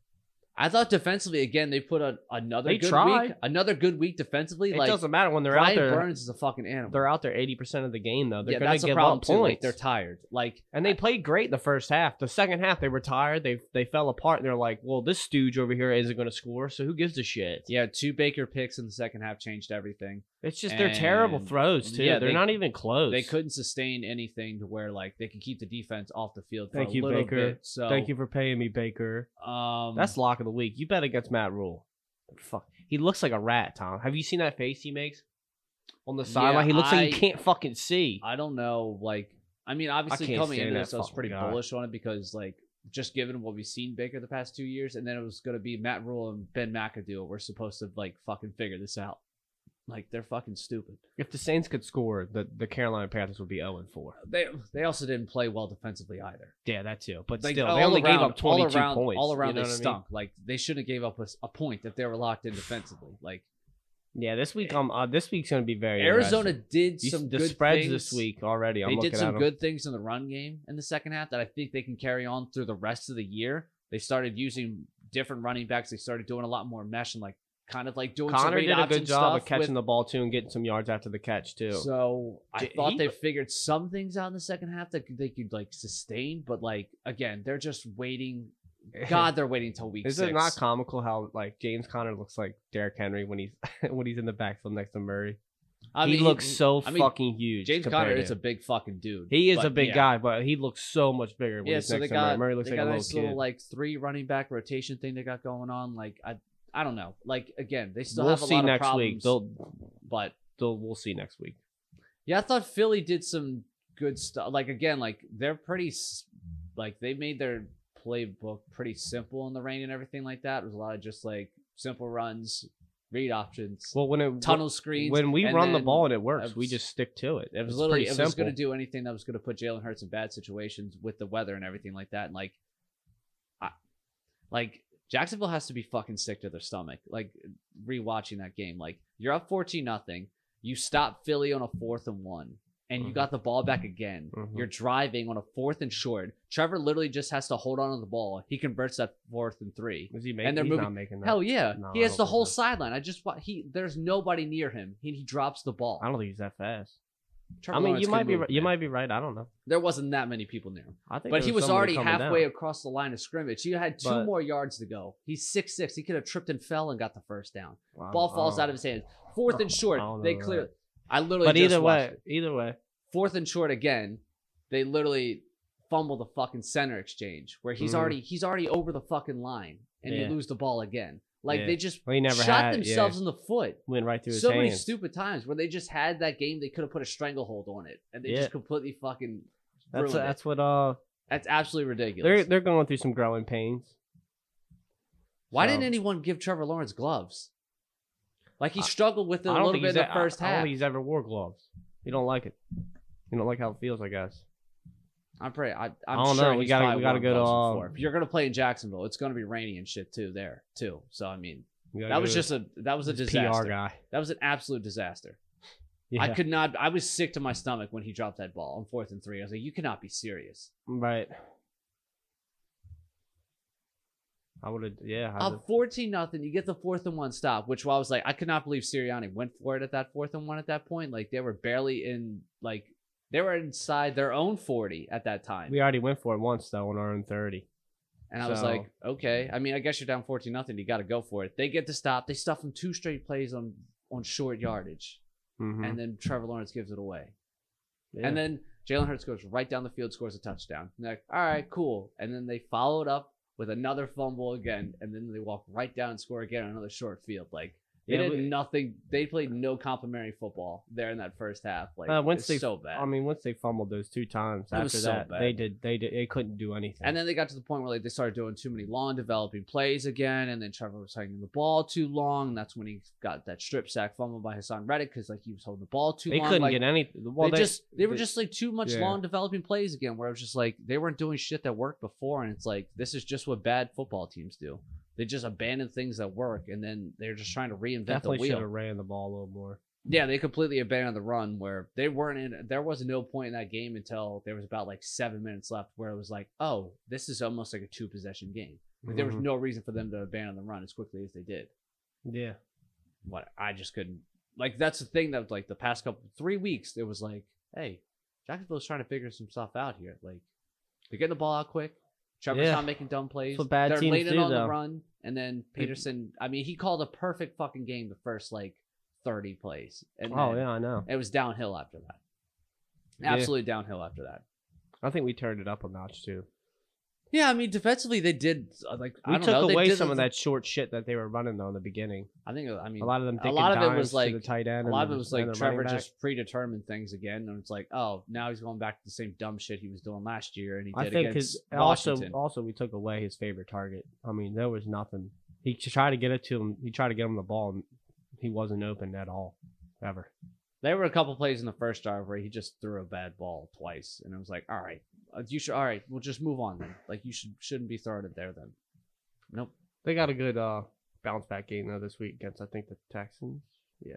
A: I thought defensively again they put on another
B: They
A: good week,
B: tried.
A: another good week defensively.
B: It
A: like
B: doesn't matter when they're
A: Brian
B: out there.
A: Burns is a fucking animal.
B: They're out there eighty percent of the game though. They're
A: yeah,
B: gonna
A: that's
B: give
A: a problem
B: up
A: too. Like
B: points.
A: they're tired. Like
B: and they played great the first half. The second half they were tired. They they fell apart. They're like, well, this stooge over here isn't gonna score. So who gives a shit?
A: yeah, two Baker picks in the second half changed everything.
B: It's just they're terrible
A: And-
B: throws too.
A: yeah,
B: they're
A: they-
B: not even close.
A: They couldn't sustain anything to where like they could keep the defense off the field for
B: Thank
A: a
B: you,
A: little
B: Baker.
A: bit. So
B: Thank you for paying me, Baker.
A: Um,
B: That's lock of the week. You bet against Matt Rule. Fuck. He looks like a rat, Tom. Have you seen that face he makes on the
A: Yeah,
B: sideline? he looks like
A: I-
B: he can't fucking see.
A: I don't know. Like I mean, obviously
B: can't
A: coming
B: stand
A: into
B: that
A: this, I was
B: fucking
A: pretty
B: guy.
A: bullish on it because like just given what we've seen Baker the past two years, and then it was going to be Matt Rule and Ben McAdoo. We're supposed to like fucking figure this out. Like they're fucking stupid.
B: if the Saints could score, the, the Carolina Panthers would be 0 4.
A: They they also didn't play well defensively either.
B: Yeah, that too. But
A: Like,
B: still,
A: all
B: they only gave
A: around-
B: up 22
A: all around,
B: points.
A: All around,
B: you
A: they
B: know what I mean?
A: stunk. Like they shouldn't have gave up a, s- a point if they were locked in defensively. Like
B: Yeah, this week um, uh, this week's going to be very
A: Arizona
B: interesting.
A: did
B: You-
A: some
B: the
A: good
B: spreads
A: things.
B: this week already. I'm
A: They
B: looking
A: did
B: at
A: some
B: 'em.
A: good things in the run game in the second half that I think they can carry on through the rest of the year. They started using different running backs. They started doing a lot more mesh and like kind of like doing some
B: Connor
A: read
B: did a
A: option
B: good job of
A: stuff
B: catching
A: with-
B: the ball too and getting some yards after the catch too. [laughs]
A: So I
B: Did
A: thought
B: he-
A: they figured some things out in the second half that they could like sustain, but like again, they're just waiting.
B: [laughs]
A: God, they're waiting till week
B: Is
A: six.
B: it not comical how like James Conner looks like Derrick Henry when he's [laughs] when he's in the backfield next to Murray?
A: I
B: he looks so
A: I mean,
B: fucking huge.
A: James
B: compared
A: Conner
B: to
A: is a
B: him.
A: big fucking dude.
B: he is
A: but
B: a big
A: yeah.
B: guy, but he looks so much bigger. When
A: Yeah,
B: he's
A: so they
B: next to
A: got
B: Murray. Murray looks
A: they
B: like
A: got
B: a
A: a
B: little
A: nice
B: kid.
A: little like three running back rotation thing they got going on. Like I, I don't know. Like again, they still
B: we'll
A: have a
B: see
A: lot
B: next
A: of problems.
B: week. They'll,
A: But
B: they'll we'll see next week.
A: yeah, I thought Philly did some good stuff. Like again, like they're pretty, s- like they made their playbook pretty simple in the rain and everything like that. It was a lot of just like simple runs, read options,
B: Well, when it
A: tunnel screens.
B: when we
A: and
B: run the
A: then
B: ball and it works, we
A: abs-
B: just stick to it.
A: It was
B: It's
A: literally
B: pretty
A: if it was
B: simple.
A: going to do anything that was going to put Jalen Hurts in bad situations with the weather and everything like that. And like, I, like Jacksonville has to be fucking sick to their stomach. Like rewatching that game, like you're up fourteen nothing, you stop Philly on a fourth and one, and you
B: Mhm.
A: got the ball back again.
B: Mhm.
A: You're driving on a fourth and short. Trevor literally just has to hold on to the ball. He converts that fourth and three.
B: Is he making?
A: and they're
B: he's
A: moving-
B: not making that.
A: Hell yeah,
B: No,
A: he
B: I
A: has
B: don't
A: the
B: think
A: whole
B: so.
A: sideline. I just wa- he there's nobody near him, and he drops the ball.
B: I don't think he's that fast.
A: Trevor
B: I mean,
A: Lawrence
B: you
A: can
B: might be
A: move,
B: right, you
A: man.
B: might be right. I don't know.
A: There wasn't that many people near him.
B: I think,
A: But
B: there
A: he was
B: someone
A: already
B: coming down.
A: halfway across the line of scrimmage. He had two
B: But-
A: more yards to go. He's six six. He could have tripped and fell and got the first down.
B: Wow,
A: Ball falls
B: wow.
A: out of his hands. Fourth
B: [laughs]
A: and
B: I don't
A: short.
B: know
A: They
B: that.
A: clear. I literally.
B: But
A: just
B: either
A: watched
B: way,
A: it.
B: either way,
A: fourth and short again. They literally fumble the fucking center exchange where he's
B: Mhm.
A: already he's already over the fucking line and
B: Yeah.
A: you lose the ball again. Like
B: Yeah.
A: they just
B: we never
A: shot
B: had
A: themselves
B: Yeah,
A: in the foot
B: went right through his
A: so many
B: hands.
A: stupid times where they just had that game they could have put a stranglehold on it and they
B: Yeah.
A: just completely fucking
B: That's
A: ruined it.
B: that's what uh
A: That's absolutely ridiculous.
B: They're they're going through some growing pains.
A: Why
B: So-
A: didn't anyone give Trevor Lawrence gloves? Like he
B: I-
A: struggled with it
B: I
A: a
B: don't
A: little
B: think
A: bit in
B: he's
A: the
B: e- I-
A: first
B: I don't
A: half.
B: think he's ever wore gloves. You don't like it. You don't like how it feels, I guess.
A: I'm pretty. I, I'm
B: I don't
A: sure
B: know. We
A: he's
B: gotta-
A: probably
B: we gotta
A: worn
B: go to,
A: gloves
B: um,
A: before. If you're gonna play in Jacksonville, it's gonna be rainy and shit too there too. So I mean,
B: You gotta
A: that
B: go
A: was
B: to
A: just a that was a
B: this
A: disaster.
B: PR guy.
A: That was an absolute disaster.
B: Yeah.
A: I could not. I was sick to my stomach when he dropped that ball on fourth and three. I was like, you cannot be serious.
B: [laughs] right. I would have. Yeah. I'd
A: Up
B: have-
A: Uh, fourteen nothing, you get the fourth and one stop, which I was like, I could not believe Sirianni went for it at that fourth and one at that point. Like they were barely in like They were inside their own 40 at that time.
B: We already went for it once though on our own thirty.
A: And I was
B: So-
A: like, okay. I mean, I guess you're down 14 nothing. You got to go for it. They get the stop. They stuff them two straight plays on on short yardage,
B: Mm-hmm.
A: and then Trevor Lawrence gives it away. And then Jalen Hurts goes right down the field, scores a touchdown. And they're like, all right, cool. And then they followed up with another fumble again, and then they walk right down and score again on another short field. Like they
B: Yeah,
A: did
B: we-
A: nothing. They played no complimentary football there in that first half. Like
B: Uh, once
A: it's
B: they-
A: so bad.
B: I mean, once they fumbled those two times,
A: That
B: after
A: was so
B: that
A: bad.
B: they did they did they couldn't do anything.
A: And then they got to the point where like they started doing too many long developing plays again, and then Trevor was hanging the ball too long. That's when he got that strip sack fumble by Hassan Reddick because like he was holding the ball too
B: they
A: long.
B: couldn't
A: like,
B: get any. Well,
A: they, just they were
B: they-
A: just like too much
B: yeah.
A: long developing plays again, where it was just like they weren't doing shit that worked before, and it's like this is just what bad football teams do. They just abandon things that work, and then they're just trying to reinvent the
B: definitely should
A: wheel.
B: have ran the ball a little more.
A: Yeah, they completely abandoned the run where they weren't in. There was no point in that game until there was about like seven minutes left where it was like, oh, this is almost like a two possession game. Like, There was
B: Mhm.
A: no reason for them to abandon the run as quickly as they did.
B: Mm-hmm. yeah.
A: What I just couldn't like. That's the thing that like the past couple three weeks it was like, hey, Jacksonville's trying to figure some stuff out here. Like they're getting the ball out quick. Trevor's
B: Yeah.
A: not making dumb plays.
B: what bad
A: they're
B: teams
A: leaning
B: do,
A: on the
B: though.
A: run, and then
B: They-
A: Peterson. I mean, he called a perfect fucking game the first like thirty plays. And
B: Oh
A: then-
B: yeah, I know.
A: it was downhill after that.
B: Yeah.
A: Absolutely downhill after that.
B: I think we turned it up a notch too.
A: Yeah, I mean defensively they did uh, like I
B: We
A: don't
B: took
A: know, they
B: away
A: did
B: some of
A: the-
B: that short shit that they were running though in the beginning.
A: I think I mean
B: A lot of them.
A: A
B: Dick
A: lot
B: and
A: of it
B: dimes
A: was
B: to
A: like-
B: the tight end.
A: a
B: and
A: lot of
B: the-
A: it was
B: and
A: like
B: the
A: Trevor
B: running back.
A: just predetermined things again, and it's like oh now he's going back to the same dumb shit he was doing last year, and he did
B: I think his
A: against
B: also
A: Washington.
B: also we took away his favorite target. I mean, there was nothing. He t- tried to get it to him. He tried to get him the ball, and he wasn't open at all, ever.
A: There were a couple plays in the first drive where he just threw a bad ball twice, and it was like all right, uh, you should all right, we'll just move on then. Like you should shouldn't be throwing it there then. Nope.
B: They got a good uh, bounce back game though this week against I think the Texans. Yeah,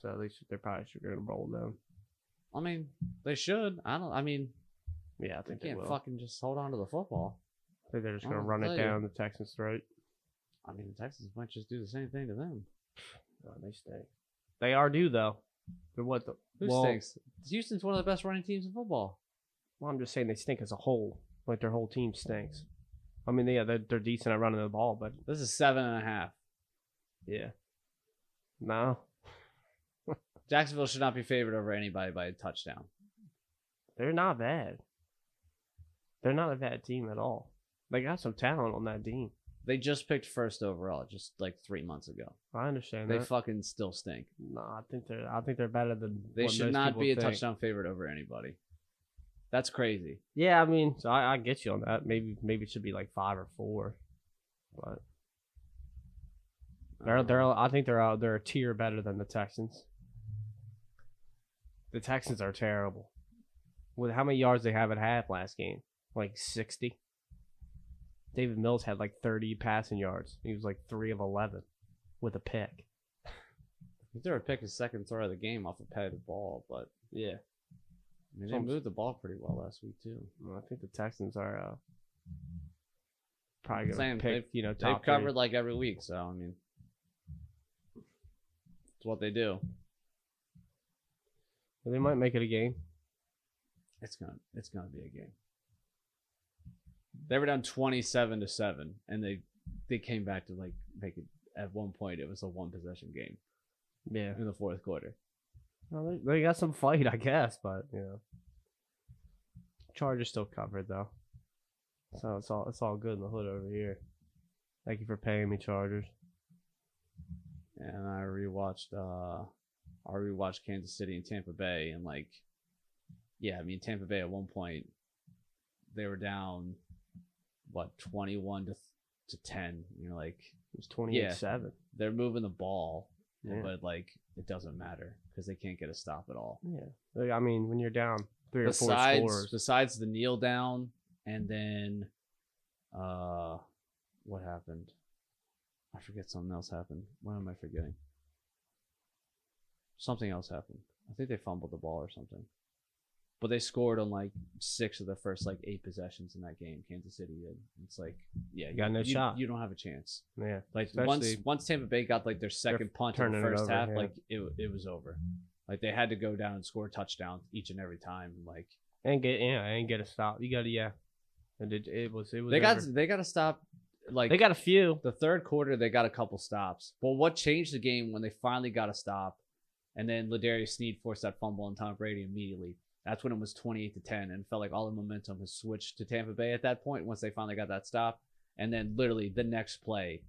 B: so they should, they probably should going to roll them.
A: I mean they should. I don't. I mean
B: Yeah, I
A: they
B: think they,
A: can't
B: will.
A: fucking just hold on to the football.
B: I think they're just going to
A: I'll
B: run
A: tell
B: it
A: you.
B: down the Texans' throat.
A: I mean, the Texans might just do the same thing to them.
B: Oh, they stink. They are due though. They're what the
A: Who
B: well,
A: stinks? Houston's one of the best running teams in football.
B: Well, I'm just saying they stink as a whole. Like their whole team stinks. I mean, yeah, they're, they're decent at running the ball, but
A: This is seven and a half.
B: yeah, no,
A: Jacksonville should not be favored over anybody by a touchdown.
B: they're not bad. They're not a bad team at all. They got some talent on that team.
A: They just picked first overall just like three months ago.
B: I understand
A: They
B: that.
A: fucking still stink.
B: no, I think they're. I think they're better than.
A: They
B: what
A: should
B: most
A: not
B: people
A: be a
B: think.
A: touchdown favorite over anybody. That's crazy.
B: Yeah, I mean, so I, I get you on that. Maybe maybe it should be like five or four, but
A: Uh-huh.
B: they're they're. I think they're out. They're a tier better than the Texans. The Texans are terrible. With how many yards they have at half last game, like sixty. David Mills had like thirty passing yards. He was like three of eleven with a pick.
A: He threw a pick his second throw of the game off a padded ball, but
B: Yeah,
A: I mean, they moved the ball pretty well last week too.
B: I think the Texans are uh, probably
A: Saying
B: gonna pick. You know,
A: They've
B: top three.
A: covered like every week, so I mean, it's what they do.
B: They might make it a game.
A: It's gonna it's gonna be a game. They were down twenty seven to seven, and they they came back to like make it at one point. It was a one possession game
B: Yeah.
A: in the fourth quarter.
B: Well, they, they got some fight, I guess, but you know, Chargers still covered though, so it's all it's all good in the hood over here. Thank you for paying me, Chargers.
A: And I rewatched uh I rewatched Kansas City and Tampa Bay, and like yeah, I mean Tampa Bay at one point they were down what twenty one to to ten. You know, like
B: It was twenty eight seven.
A: they're moving the ball,
B: Yeah,
A: but like it doesn't matter because they can't get a stop at all.
B: yeah. Like, I mean, when you're down three
A: besides
B: or four scores,
A: besides the kneel down and then uh what happened i forget something else happened what am i forgetting something else happened i think they fumbled the ball or something but they scored on like six of the first like eight possessions in that game kansas city did it's like yeah
B: You got no shot.
A: you don't have a chance
B: yeah,
A: like
B: Especially-
A: once once tampa bay got like their second punt in
B: turning
A: the
B: it
A: first
B: over,
A: half
B: yeah.
A: like it, it was over Like they had to go down and score touchdowns each and every time. Like
B: and get yeah, and get a stop. You got to yeah. And it, it was it was
A: they
B: over.
A: got they got to stop. Like
B: they got a few.
A: the third quarter, they got a couple stops. But what changed the game when they finally got a stop, and then Ladarius Sneed forced that fumble on Tom Brady immediately. That's when it was 28 to 10, and it felt like all the momentum has switched to Tampa Bay at that point. Once they finally got that stop, and then literally the next play,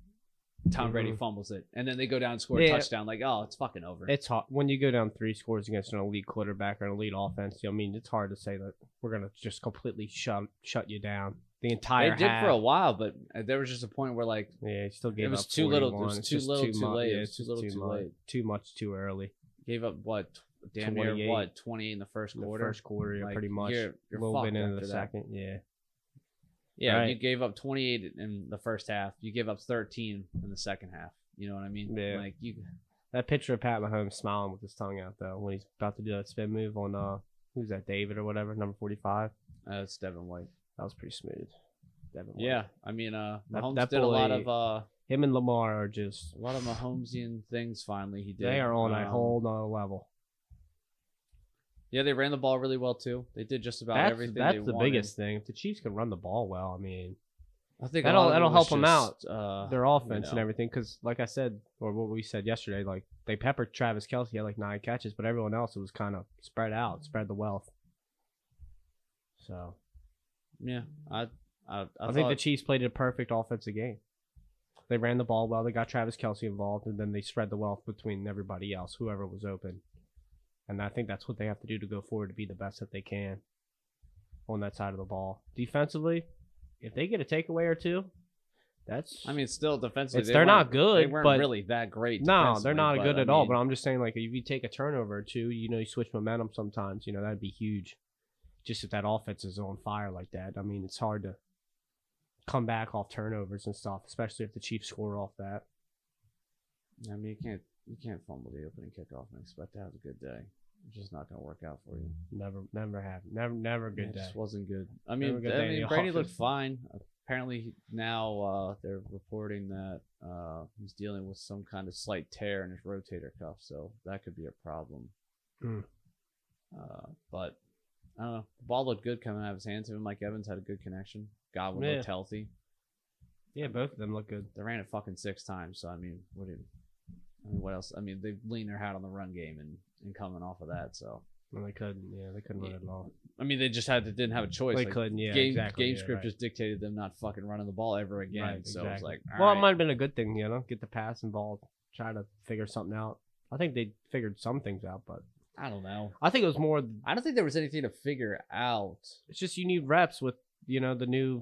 A: Tom Brady
B: Mhm.
A: fumbles it, and then they go down and score a
B: Yeah.
A: touchdown. Like, oh, it's fucking over.
B: It's hard when you go down three scores against an elite quarterback or an elite offense. You know, I mean, it's hard to say that we're gonna just completely shut shut you down the
A: they
B: entire.
A: did
B: half.
A: for a while, but there was just a point where like
B: Yeah, you still gave
A: it was
B: up
A: too little. It
B: 41.
A: was
B: It's
A: too
B: just
A: little, too,
B: mu-
A: late.
B: yeah,
A: it
B: it's
A: was too
B: just
A: little, too,
B: mu-
A: late.
B: Too much, too early.
A: Gave up what, tw- damn near
B: 28.
A: what, 20 in the first
B: In the
A: quarter.
B: first quarter, yeah,
A: Like,
B: pretty much.
A: you're- you're
B: a little
A: fucked
B: bit into
A: after
B: the
A: that.
B: second, yeah.
A: Yeah,
B: Right.
A: you gave up 28 in the first half. You gave up 13 in the second half. You know what I mean?
B: Yeah.
A: Like you,
B: That picture of Pat Mahomes smiling with his tongue out though when he's about to do that spin move on uh who's that David or whatever number forty five.
A: uh, it's Devin White.
B: That was pretty smooth. Devin White.
A: Yeah, I mean, uh,
B: That-
A: Mahomes
B: that
A: did a lot
B: boy-
A: of uh,
B: him and Lamar are just
A: a lot of Mahomesian things. Finally, he did.
B: they are on a
A: Um,
B: whole nother level.
A: Yeah, they ran the ball really well too. They did just about
B: That's
A: everything.
B: that's
A: they
B: the
A: wanted.
B: biggest thing. If the Chiefs can run the ball well, I mean
A: I think a
B: That'll-
A: lot of it
B: that'll
A: was
B: help 'em
A: just, Uh,
B: their offense and
A: know.
B: everything. Because like I said, or what we said yesterday, like they peppered Travis Kelsey had like nine catches, but everyone else it was kind of spread out, spread the wealth. So
A: yeah, I, I, I,
B: I,
A: thought,
B: think the Chiefs played a perfect offensive game. They ran the ball well. They got Travis Kelsey involved, and then they spread the wealth between everybody else, whoever was open. And I think that's what they have to do to go forward to be the best that they can on that side of the ball. Defensively, if they get a takeaway or two, that's
A: I mean, still defensively,
B: It's-
A: they
B: they're not
A: weren't-
B: good,
A: They weren't
B: but-
A: really that great.
B: No,
A: defensively,
B: they're not
A: but,
B: good
A: I
B: at all.
A: mean,
B: But I'm just saying, like, if you take a turnover or two, you know, you switch momentum sometimes. You know, that'd be huge. Just if that offense is on fire like that, I mean, it's hard to come back off turnovers and stuff, especially if the Chiefs score off that.
A: I mean, you can't you can't fumble the opening kickoff and expect to have a good day. It's just not going to work out for you.
B: Never, never happened. Never, never a good
A: it
B: day.
A: just wasn't good. I
B: Never
A: mean,
B: a good
A: I
B: day in
A: mean,
B: the
A: Brady looked
B: office.
A: fine. Apparently he- now uh, they're reporting that uh, he's dealing with some kind of slight tear in his rotator cuff, so that could be a problem.
B: Mm.
A: Uh, but I don't know. The ball looked good coming out of his hands. Even Mike Evans had a good connection. Godwin looked
B: Yeah.
A: healthy.
B: Yeah, both of them look good.
A: They ran it fucking six times. So I mean, what do you, I mean, what else? I mean, they leaned their hat on the run game and and coming off of that. So
B: And they couldn't. Yeah, they couldn't
A: Yeah.
B: run it at all.
A: I mean, they just had to didn't have a choice.
B: They
A: like,
B: couldn't. Mm, Yeah,
A: game
B: exactly.
A: game
B: yeah,
A: script
B: right.
A: just dictated them not fucking running the ball ever again.
B: Right,
A: so
B: exactly.
A: it's like,
B: well, it
A: alright.
B: might have been a good thing, you know, get the pass involved, try to figure something out. I think they figured some things out, but
A: I don't know.
B: I think it was more
A: I don't think there was anything to figure out.
B: it's just you need reps with you know the new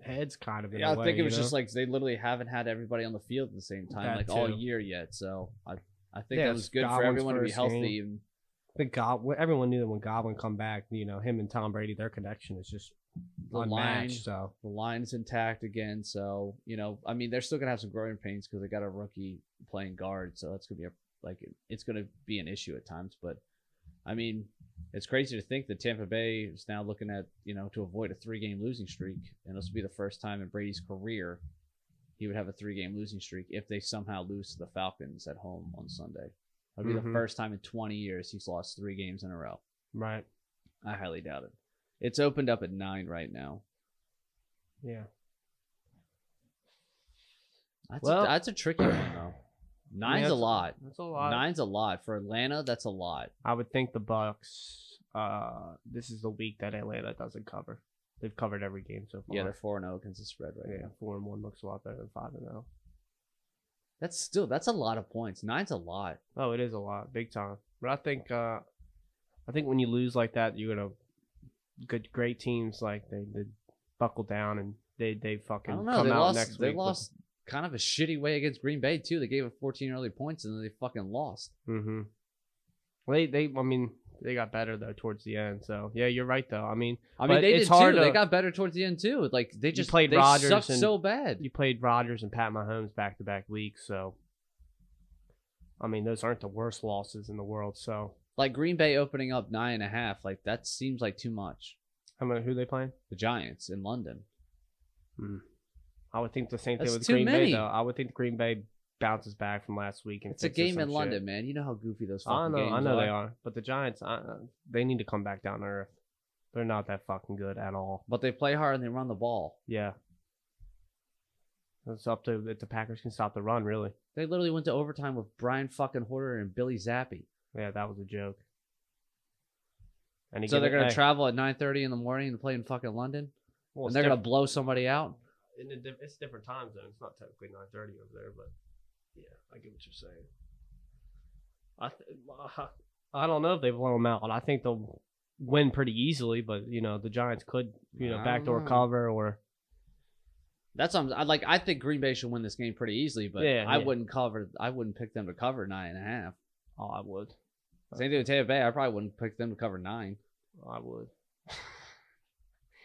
B: heads kind of in
A: Yeah,
B: a
A: I
B: way,
A: think it
B: you
A: was
B: know?
A: just like they literally haven't had everybody on the field at the same time,
B: That
A: like all
B: too.
A: year yet. So I, I think
B: Yeah,
A: that was
B: it's
A: good for
B: Godwin's
A: everyone to be
B: first
A: healthy. And
B: the Goblin. Everyone knew that when Goblin come back, you know him and Tom Brady, their connection is just
A: The line.
B: unmatched. So
A: the line's intact again. So you know, I mean, they're still gonna have some growing pains because they got a rookie playing guard. So that's gonna be a like it's gonna be an issue at times. But I mean, it's crazy to think that Tampa Bay is now looking at you know to avoid a three-game losing streak, and this will be the first time in Brady's career he would have a three-game losing streak if they somehow lose to the Falcons at home on Sunday. That'd be
B: Mhm.
A: the first time in 20 years he's lost three games in a row.
B: right,
A: I highly doubt it. It's opened up at nine right now.
B: yeah,
A: That's,
B: Well-
A: a, that's a tricky one
B: [clears throat]
A: though. Nine's a
B: that's-
A: lot.
B: that's a lot.
A: Nine's a lot for Atlanta. That's a lot.
B: I would think the Bucks. Uh, this is the week that Atlanta doesn't cover. They've covered every game so far.
A: Yeah, they're four and zero against the spread right
B: yeah,
A: now.
B: four and one looks a lot better than five and oh. zero.
A: That's still that's a lot of points. Nine's a lot.
B: Oh, it is a lot, big time. But I think, uh, I think when you lose like that, you're gonna good, great teams like they, they buckle down and they they
A: I
B: fucking
A: don't know.
B: come
A: They
B: out
A: lost.
B: next
A: They
B: week.
A: lost kind of a shitty way against Green Bay too. They gave up 14 early points and then they fucking lost.
B: Mm-hmm. They they, I mean, they got better though towards the end. So yeah, you're right though. I mean,
A: I mean,
B: But
A: they
B: it's
A: did
B: hard
A: too. They
B: to-
A: got better towards the end too. Like they
B: You
A: just
B: played
A: they
B: Rodgers
A: sucked
B: and-
A: so bad.
B: you played Rodgers and Pat Mahomes back to back weeks, so I mean, those aren't the worst losses in the world. So
A: Like Green Bay opening up nine and a half. Like that seems like too much.
B: I mean, who they playing?
A: The Giants in London.
B: I would think the same thing
A: That's
B: with
A: too
B: Green
A: many.
B: Bay though. I would think Green Bay bounces back from last week and
A: It's a
B: fixes
A: game
B: some
A: in
B: shit.
A: London, man. You know how goofy those fucking
B: I know,
A: games
B: I know
A: are.
B: they are, but the Giants, I, they need to come back down to earth. They're not that fucking good at all.
A: But they play hard and they run the ball.
B: Yeah, it's up to if the Packers can stop the run. Really,
A: They literally went to overtime with Brian fucking Horter and Billy Zappi.
B: yeah, that was a joke. And he
A: So
B: give
A: they're
B: it-
A: gonna
B: hey,
A: travel at 9:30 in the morning to play in fucking London,
B: well,
A: and
B: it's
A: they're gonna
B: diff-
A: blow somebody out.
B: in a diff- it's a different time zone. It's not technically nine thirty over there, but yeah, I get what you're saying. I th- I don't know if they blow them out. I think they'll win pretty easily, but you know the Giants could you
A: I
B: know
A: don't
B: backdoor
A: know.
B: cover or
A: That's something I like. I think Green Bay should win this game pretty easily, but
B: Yeah,
A: I
B: yeah.
A: wouldn't cover. I wouldn't pick them to cover nine and a half.
B: oh, I would
A: Same thing with Tampa Bay. I probably wouldn't pick them to cover nine.
B: I would.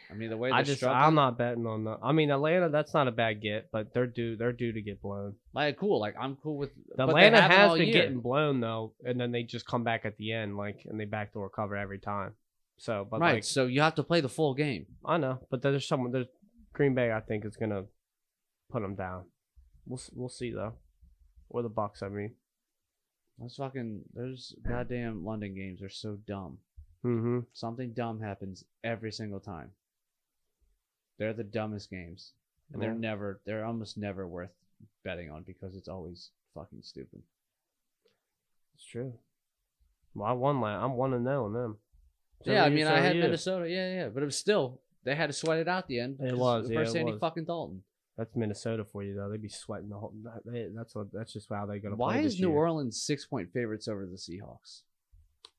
A: I mean, the way they're
B: I just
A: struggling,
B: I'm not betting on that. I mean Atlanta, that's not a bad get, but they're due they're due to get blown.
A: like cool. Like I'm cool with
B: The
A: but they
B: Atlanta
A: haven't
B: has
A: all
B: been
A: year.
B: getting blown though, and then they just come back at the end like and they backdoor cover every time. So, but
A: right.
B: like
A: so you have to play the full game.
B: I know, but there's someone. There's Green Bay. I think is gonna put them down. We'll s- we'll see though, or the Bucks. I mean,
A: Those fucking those goddamn London games are so dumb.
B: mm-hmm.
A: Something dumb happens every single time. They're the dumbest games, and they're
B: Yeah.
A: never. They're almost never worth betting on because it's always fucking stupid.
B: it's true. Well, I won. La- I'm one and zero on them. So
A: yeah, I
B: are you-
A: mean,
B: so
A: I
B: are
A: had
B: you.
A: Minnesota. Yeah, yeah, but it was still they had to sweat it out at the end.
B: It
A: 'cause
B: was, yeah,
A: first
B: it
A: Andy
B: was.
A: fucking Dalton.
B: That's Minnesota for you though. They'd be sweating the whole. That, they, that's what. That's just how they're gonna.
A: Why
B: play
A: is
B: this
A: New
B: year.
A: Orleans six point favorites over the Seahawks?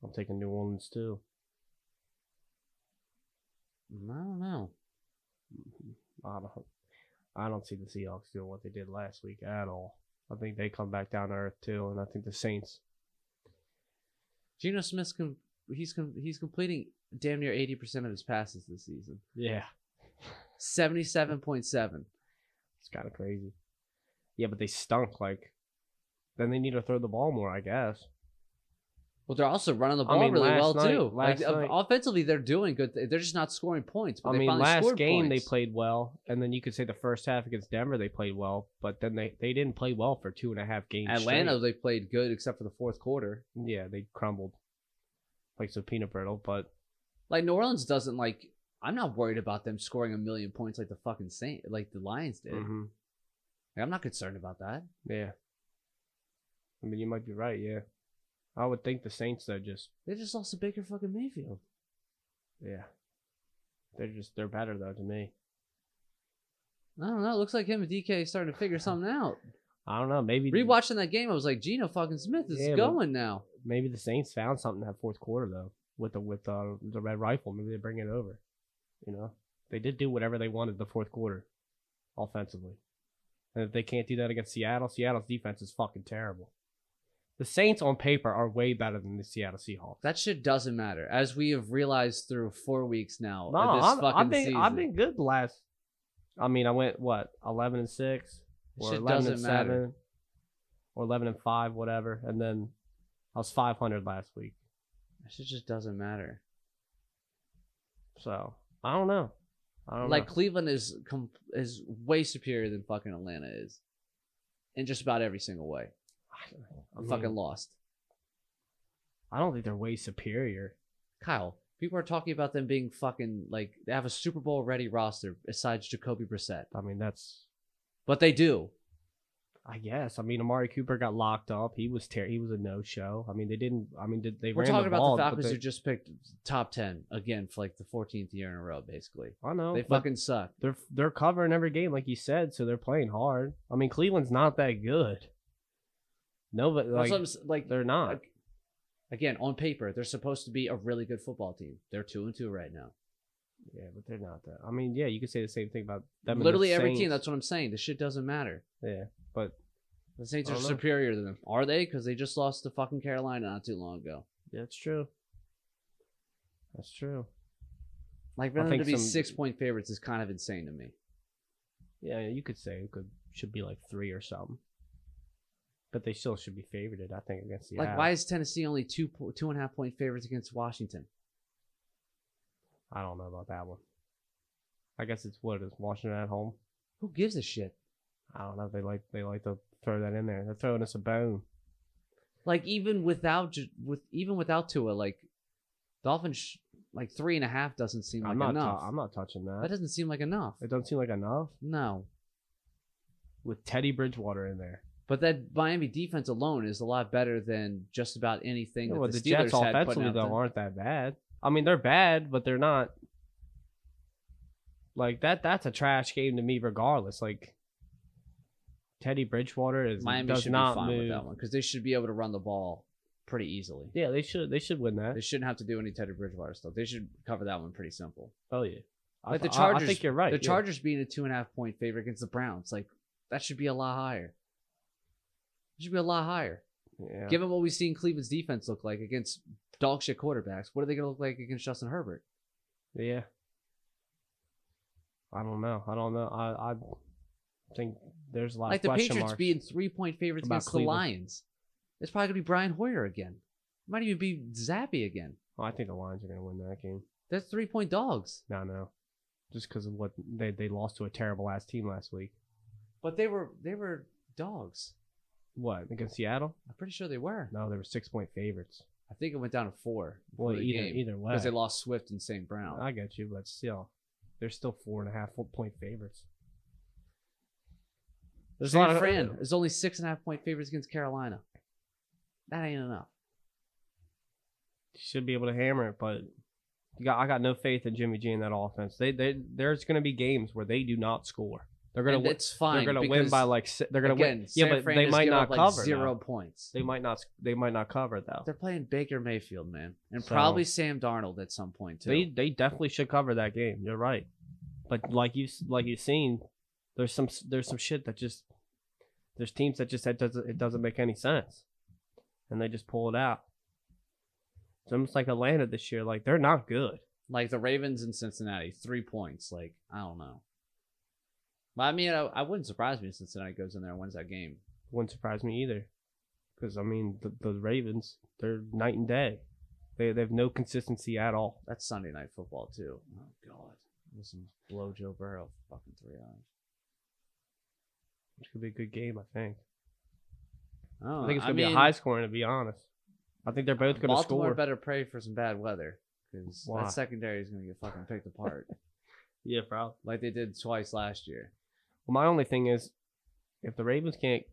B: I'm taking New Orleans too.
A: Mm, I don't know.
B: Mm-hmm. I don't. I don't see the Seahawks doing what they did last week at all. I think they come back down to earth too, and I think the Saints.
A: Geno Smith's com- he's com- he's completing damn near eighty percent of his passes this season.
B: Yeah.
A: Seventy seven point seven.
B: It's kind of crazy. Yeah, but they stunk. Like, then they need to throw the ball more, I guess.
A: Well, they're also running the
B: I
A: ball
B: mean,
A: really
B: last
A: well
B: night-
A: too. Like
B: last
A: o-
B: night-
A: offensively, they're doing good. They're just not scoring points. But
B: I
A: they
B: mean,
A: finally
B: last
A: scored
B: game
A: points.
B: they played well, and then you could say the first half against Denver they played well, but then they they didn't play well for two and a half games.
A: Atlanta. They played good except for the fourth quarter.
B: straight. yeah, they crumbled like some peanut brittle. But
A: Like New Orleans doesn't like. I'm not worried about them scoring a million points like the fucking Saint, like the Lions did.
B: mhm,
A: Like, I'm not concerned about that.
B: yeah, I mean, you might be right. Yeah, I would think the Saints though just
A: They just lost to Baker fucking Mayfield.
B: yeah, they're just they're better though to me.
A: I don't know. It looks like him and DK are starting to
B: [sighs]
A: figure something out.
B: I don't know. Maybe
A: Rewatching that game, I was like, Geno fucking Smith is
B: Yeah, but-
A: going now.
B: Maybe the Saints found something that fourth quarter though with the with uh, the red rifle. Maybe they bring it over. You know, they did do whatever they wanted the fourth quarter, offensively. And if they can't do that against Seattle, Seattle's defense is fucking terrible. The Saints on paper are way better than the Seattle Seahawks.
A: That shit doesn't matter, as we have realized through four weeks now.
B: no,
A: of Oh, this
B: I'm,
A: fucking
B: I've been
A: season.
B: I've been good the last. I mean, I went what eleven and six
A: This
B: or
A: shit
B: eleven and
A: doesn't matter.
B: seven or eleven and five, whatever. And then I was five hundred last week.
A: That shit just doesn't matter.
B: So I don't know. I don't
A: Like
B: know.
A: Cleveland is com- is way superior than fucking Atlanta is, in just about every single way.
B: I
A: I'm
B: mean,
A: fucking lost.
B: I don't think they're way superior.
A: Kyle, people are talking about them being fucking like they have a Super Bowl ready roster besides Jacoby Brissett,
B: I mean, that's.
A: but they do.
B: I guess. I mean, Amari Cooper got locked up. He was ter- He was a no show. I mean, they didn't. I mean, did they?
A: We're
B: ran
A: talking
B: the ball,
A: about the
B: but
A: Falcons
B: they-
A: who just picked top ten again for like the 14th year in a row, basically.
B: I know.
A: They
B: Oh, but
A: fucking suck.
B: They're they're covering every game, like you said. So they're playing hard. I mean, Cleveland's not that good. No, but
A: That's
B: like
A: what I'm s- like
B: they're not.
A: like, again on paper they're supposed to be a really good football team they're two and two right now
B: Yeah, but they're not that. I mean, yeah, you could say the same thing about them. and the
A: literally every team
B: Saints.
A: that's what i'm saying the shit doesn't matter
B: yeah, but
A: the saints
B: I
A: are
B: don't know.
A: superior to them are they because they just lost to fucking carolina not too long ago
B: that's true. That's true.
A: like for them
B: think
A: to be
B: some-
A: six point favorites is kind of insane to me
B: Yeah, you could say it could should be like three or something. But they still should be favorited, I think, against the
A: like why is tennessee only two po- two and a half point favorites against washington
B: I don't know about that one. I guess it's what is Washington at home.
A: who gives a shit
B: I don't know. They like they like to throw that in there. They're throwing us a bone.
A: Like even without Ju- with even without Tua, like Dolphins sh- like three and a half doesn't seem like
B: I'm not.
A: enough.
B: i I'm not touching that.
A: that doesn't seem like enough.
B: it doesn't seem like enough
A: No,
B: with Teddy Bridgewater in there.
A: but that Miami defense alone is a lot better than just about anything
B: Yeah,
A: that
B: well,
A: the
B: the,
A: Steelers
B: Jets
A: had putting
B: offensively
A: out
B: though
A: there.
B: aren't that bad. I mean, they're bad, but they're not like that. That's a trash game to me, regardless. Like Teddy Bridgewater is
A: Miami
B: does
A: should be
B: not
A: fine
B: move.
A: with that one because they should be able to run the ball pretty easily.
B: Yeah, they should. They should win that.
A: They shouldn't have to do any Teddy Bridgewater stuff. They should cover that one pretty simple.
B: oh yeah. I,
A: Like the
B: th- I- I,
A: Chargers-
B: think you're right.
A: the
B: yeah.
A: Chargers being a two and a half point favorite against the Browns, like that should be a lot higher. It should be a lot higher.
B: Yeah.
A: Given what we've seen Cleveland's defense look like against dog shit quarterbacks, what are they going to look like against Justin Herbert?
B: Yeah. I don't know. I don't know. I I think there's a lot
A: Like
B: of
A: the
B: question
A: Patriots
B: marks.
A: being three point favorites
B: about
A: against
B: Cleveland.
A: the Lions. It's probably going to be Brian Hoyer again. It might even be Zappy again.
B: Oh, I think the Lions are going to win that game.
A: They're three point dogs.
B: No, no. Just because of what they they lost to a terrible ass team last week.
A: But they were they were dogs.
B: What against Seattle?
A: I'm pretty sure they were.
B: No, they were six point favorites.
A: I think it went down to four. before
B: Well,
A: the
B: either
A: game
B: either way,
A: because they lost Swift and St. Brown.
B: I get you, but still, they're still four and a half point favorites. There's
A: San Fran is only six and a half point favorites against Carolina. That ain't enough.
B: should be able to hammer it, but you got I got no faith in Jimmy G in that offense. They they there's going to be games where they do not score. They're going
A: and
B: to
A: it's fine.
B: they're going to win
A: because,
B: by like si- they're going to
A: again,
B: win.
A: San
B: yeah, but
A: Fran
B: they
A: has
B: might
A: given
B: not
A: up, like
B: cover
A: zero
B: though.
A: points.
B: They might not they might not cover though.
A: They're playing Baker Mayfield, man, and
B: So-
A: probably Sam Darnold at some point too.
B: They they definitely should cover that game. You're right, but like you like you've seen, there's some there's some shit that just there's teams that just that doesn't it doesn't make any sense, and they just pull it out. It's almost like Atlanta this year. Like they're not good.
A: like the Ravens in Cincinnati, three points. Like I don't know. But I mean, I, I wouldn't surprise me if Cincinnati goes in there and wins that game.
B: Wouldn't surprise me either, because I mean the, the Ravens they're night and day. They they have no consistency at all.
A: That's Sunday night football too. Oh God, listen, blow Joe Burrow for fucking three hours.
B: It's gonna be a good game, I think.
A: Oh,
B: I think it's gonna be a high scoring. To be honest, I think they're both gonna
A: Baltimore
B: score.
A: better pray for some bad weather because
B: Why?
A: that secondary is gonna get fucking picked
B: [laughs]
A: apart
B: yeah, probably.
A: like they did twice last year.
B: Well, my only thing is, if the Ravens can't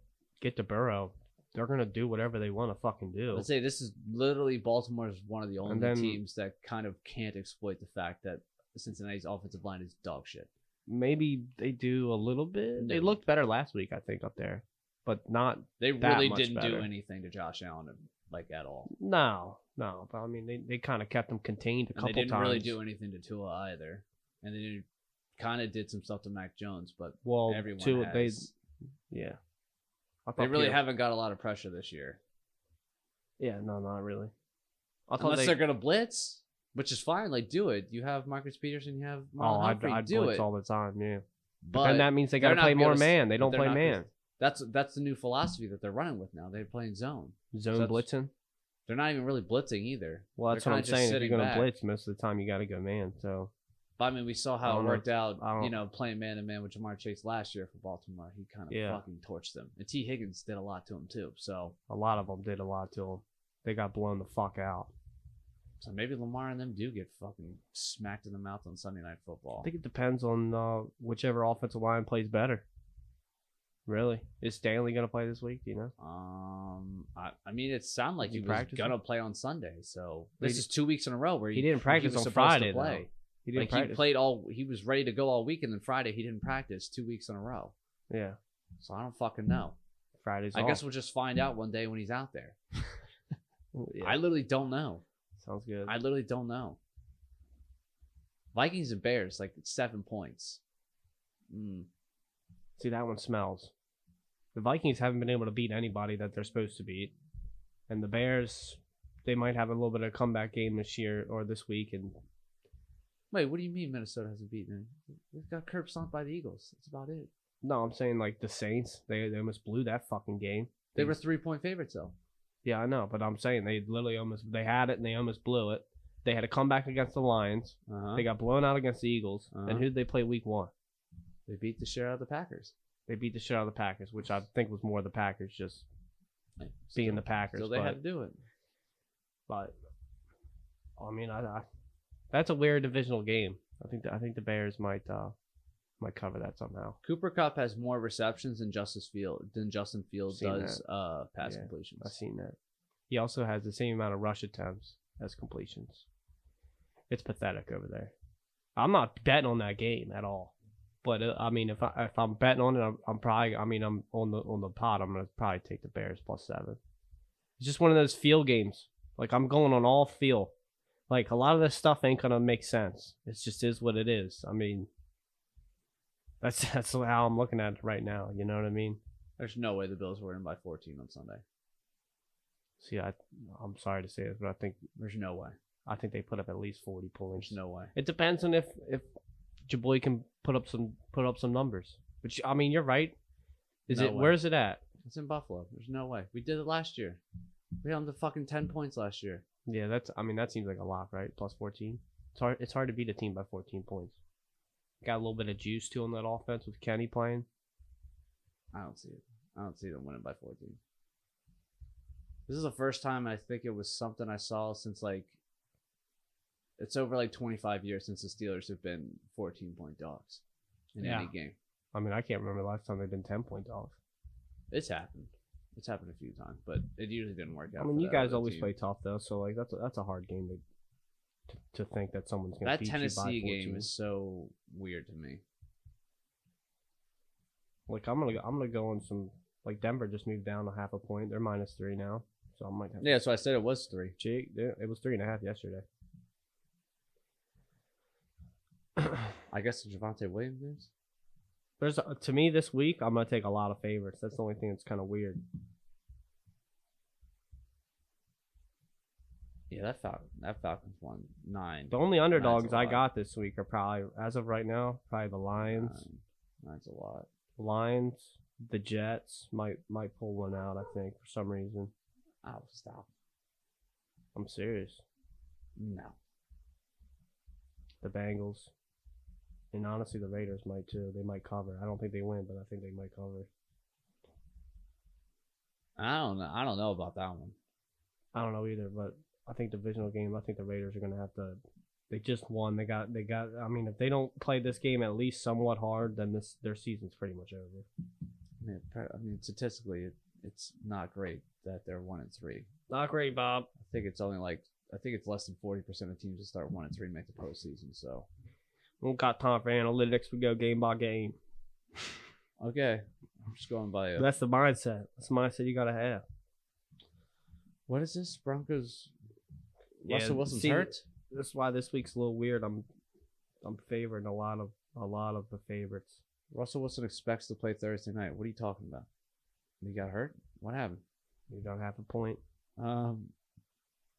B: get to Burrow, they're gonna do whatever they want to fucking do.
A: Let's say this is literally Baltimore's one of the only
B: then-
A: teams that kind of can't exploit the fact that Cincinnati's offensive line is dog shit.
B: Maybe they do a little bit. They looked better last week, I think, up there, but not.
A: They
B: That
A: really
B: much
A: didn't
B: better.
A: do anything to Josh Allen like at all.
B: No, no. But I mean, they, they kind of kept them contained a
A: And
B: couple
A: they didn't
B: times.
A: really do anything to Tua either. And they kind of did some stuff to Mac Jones, but
B: Well,
A: everyone
B: two
A: has.
B: they yeah. I
A: They
B: thought
A: really
B: Peter-
A: haven't got a lot of pressure this year.
B: Yeah, no, not really. I thought
A: Unless
B: they.
A: they... are going to blitz, which is fine. Like, do it. You have Marcus Peterson, you have
B: oh,
A: Marlon
B: I
A: Humphrey.
B: I
A: do
B: blitz
A: it.
B: all the time. Yeah,
A: but
B: and that means they
A: they're
B: gotta
A: not
B: play
A: gonna
B: more
A: s-
B: man. They
A: but
B: don't
A: they're
B: play
A: not
B: man.
A: gonna- that's that's the new philosophy that they're running with now. They're playing zone.
B: Zone
A: that's-
B: blitzing.
A: They're not even really blitzing either.
B: Well,
A: They're
B: that's what
A: kinda
B: I'm
A: just
B: saying. If you're
A: sitting
B: gonna
A: back.
B: blitz, most of the time you gotta go man. So
A: But I mean, we saw
B: I
A: how
B: don't
A: it
B: know.
A: worked
B: I
A: out. You
B: don't-
A: know, playing man to man with Jamar Chase last year for Baltimore. He kind of
B: Yeah.
A: fucking torched them, and T Higgins did a lot to him too. So,
B: a lot of them did a lot to them. They got blown the fuck out.
A: so maybe Lamar and them do get fucking smacked in the mouth on Sunday Night Football.
B: I think it depends on uh, whichever offensive line plays better. Really, is Stanley gonna play this week? Do you know?
A: Um, I, I mean, it sounded like
B: Did
A: he
B: he
A: was
B: practice
A: gonna play on Sunday, so
B: But he
A: this
B: di-
A: is two weeks in a row where
B: He,
A: he,
B: didn't practice
A: was
B: on
A: supposed to
B: Friday.
A: play.
B: though. He didn't
A: like he
B: practice.
A: played all, he was ready to go all week, and then Friday he didn't practice two weeks in a row.
B: yeah,
A: So I don't fucking know.
B: Fridays.
A: I
B: off.
A: guess we'll just find out one day when he's out there.
B: Hmm. Yeah,
A: I literally don't know.
B: sounds good.
A: I literally don't know. Vikings and Bears like it's seven points. Mm.
B: See that one smells. The Vikings haven't been able to beat anybody that they're supposed to beat, and the Bears, they might have a little bit of comeback game this year or this week, and
A: Wait, what do you mean Minnesota hasn't beaten? them? They've got curb stomped by the Eagles. That's about it.
B: No, I'm saying like the Saints. They they almost blew that fucking game.
A: They were three point favorites though.
B: Yeah, I know, but I'm saying they literally almost they had it and they almost blew it. They had a comeback against the Lions.
A: Uh-huh.
B: They got blown out against the Eagles.
A: Uh-huh.
B: And who did they play week one?
A: They beat the shit out of the Packers.
B: They beat the shit out of the Packers, which I think was more the Packers just being the Packers.
A: Still, they
B: but,
A: had to do it.
B: but I mean, I, I that's a weird divisional game. I think the, I think the Bears might uh might cover that somehow.
A: Cooper Cup has more receptions than Justice Field than Justin Field
B: Seen
A: does uh, pass
B: Yeah,
A: completions.
B: I've seen that. He also has the same amount of rush attempts as completions. It's pathetic over there. I'm not betting on that game at all. But uh, I mean, if I if I'm betting on it, I'm, I'm probably. I mean, I'm on the on the pot. I'm gonna probably take the Bears plus seven. It's just one of those field games. Like I'm going on all field. Like a lot of this stuff ain't gonna make sense. It just is what it is. I mean, that's [laughs] that's how I'm looking at it right now. You know what I mean?
A: There's no way the Bills were in by 14 on Sunday.
B: See, I I'm sorry to say this, but I think
A: There's no way.
B: I think they put up at least forty points.
A: There's no way.
B: It depends on if if your boy can put up some put up some numbers. But you- I mean, you're right. Is
A: No
B: it
A: way.
B: where's it at?
A: It's in Buffalo. There's no way. We did it last year. We had them to fucking 10 points last year.
B: Yeah, that's. I mean, that seems like a lot, right? Plus fourteen. It's hard. It's hard to beat a team by fourteen points. Got a little bit of juice too on that offense with Kenny playing.
A: I don't see it. I don't see them winning by 14. This is the first time I think it was something I saw since like it's over like 25 years since the Steelers have been 14 point dogs in any
B: Yeah.
A: game.
B: I mean, I can't remember the last time they've been ten point dogs.
A: It's happened. It's happened a few times, but it usually didn't work out.
B: I mean,
A: for
B: you
A: that
B: guys
A: other
B: always
A: team.
B: play tough though, so like that's a, that's a hard game to to, to think that someone's gonna
A: That
B: beat
A: Tennessee
B: you by 14.
A: game is so weird to me.
B: Like I'm gonna I'm gonna go on some like Denver just moved down a half a point. They're minus three now, so I might have
A: Yeah, so I said it was three.
B: Jake, yeah, it was three and a half yesterday. [clears throat]
A: I guess Javante Williams is.
B: There's a, to me this week, I'm gonna take a lot of favorites. That's the only thing that's kind of weird.
A: Yeah, that Fal- that Falcons won nine.
B: The only underdogs
A: a
B: I
A: lot.
B: got this week are probably as of right now, probably the Lions,
A: Nine. Nine's a lot.
B: Lions, the Jets might might pull one out. I think for some reason.
A: Oh, stop.
B: I'm serious.
A: No.
B: The Bengals, and honestly, the Raiders might too. They might cover. I don't think they win, but I think they might cover.
A: I don't know. I don't know about that one.
B: I don't know either, but I think divisional game. I think the Raiders are going to have to. They just won. They got. They got. I mean, if they don't play this game at least somewhat hard, then this their season's pretty much over.
A: I mean, per- I mean statistically, it, it's not great that they're one and three.
B: Not great, Bob.
A: I think it's only like I think it's less than forty percent of teams that start one and three make the postseason. So
B: We don't got time for analytics. We go game by game.
A: okay, I'm just going by. uh, A,
B: That's the mindset. That's the mindset you got to have.
A: what is this Broncos?
B: Yeah,
A: Russell Wilson's
B: see-
A: hurt.
B: That's why this week's a little weird. I'm, I'm favoring a lot of a lot of the favorites.
A: Russell Wilson expects to play Thursday night. What are you talking about? He got hurt. What happened?
B: You don't have a point,
A: Um,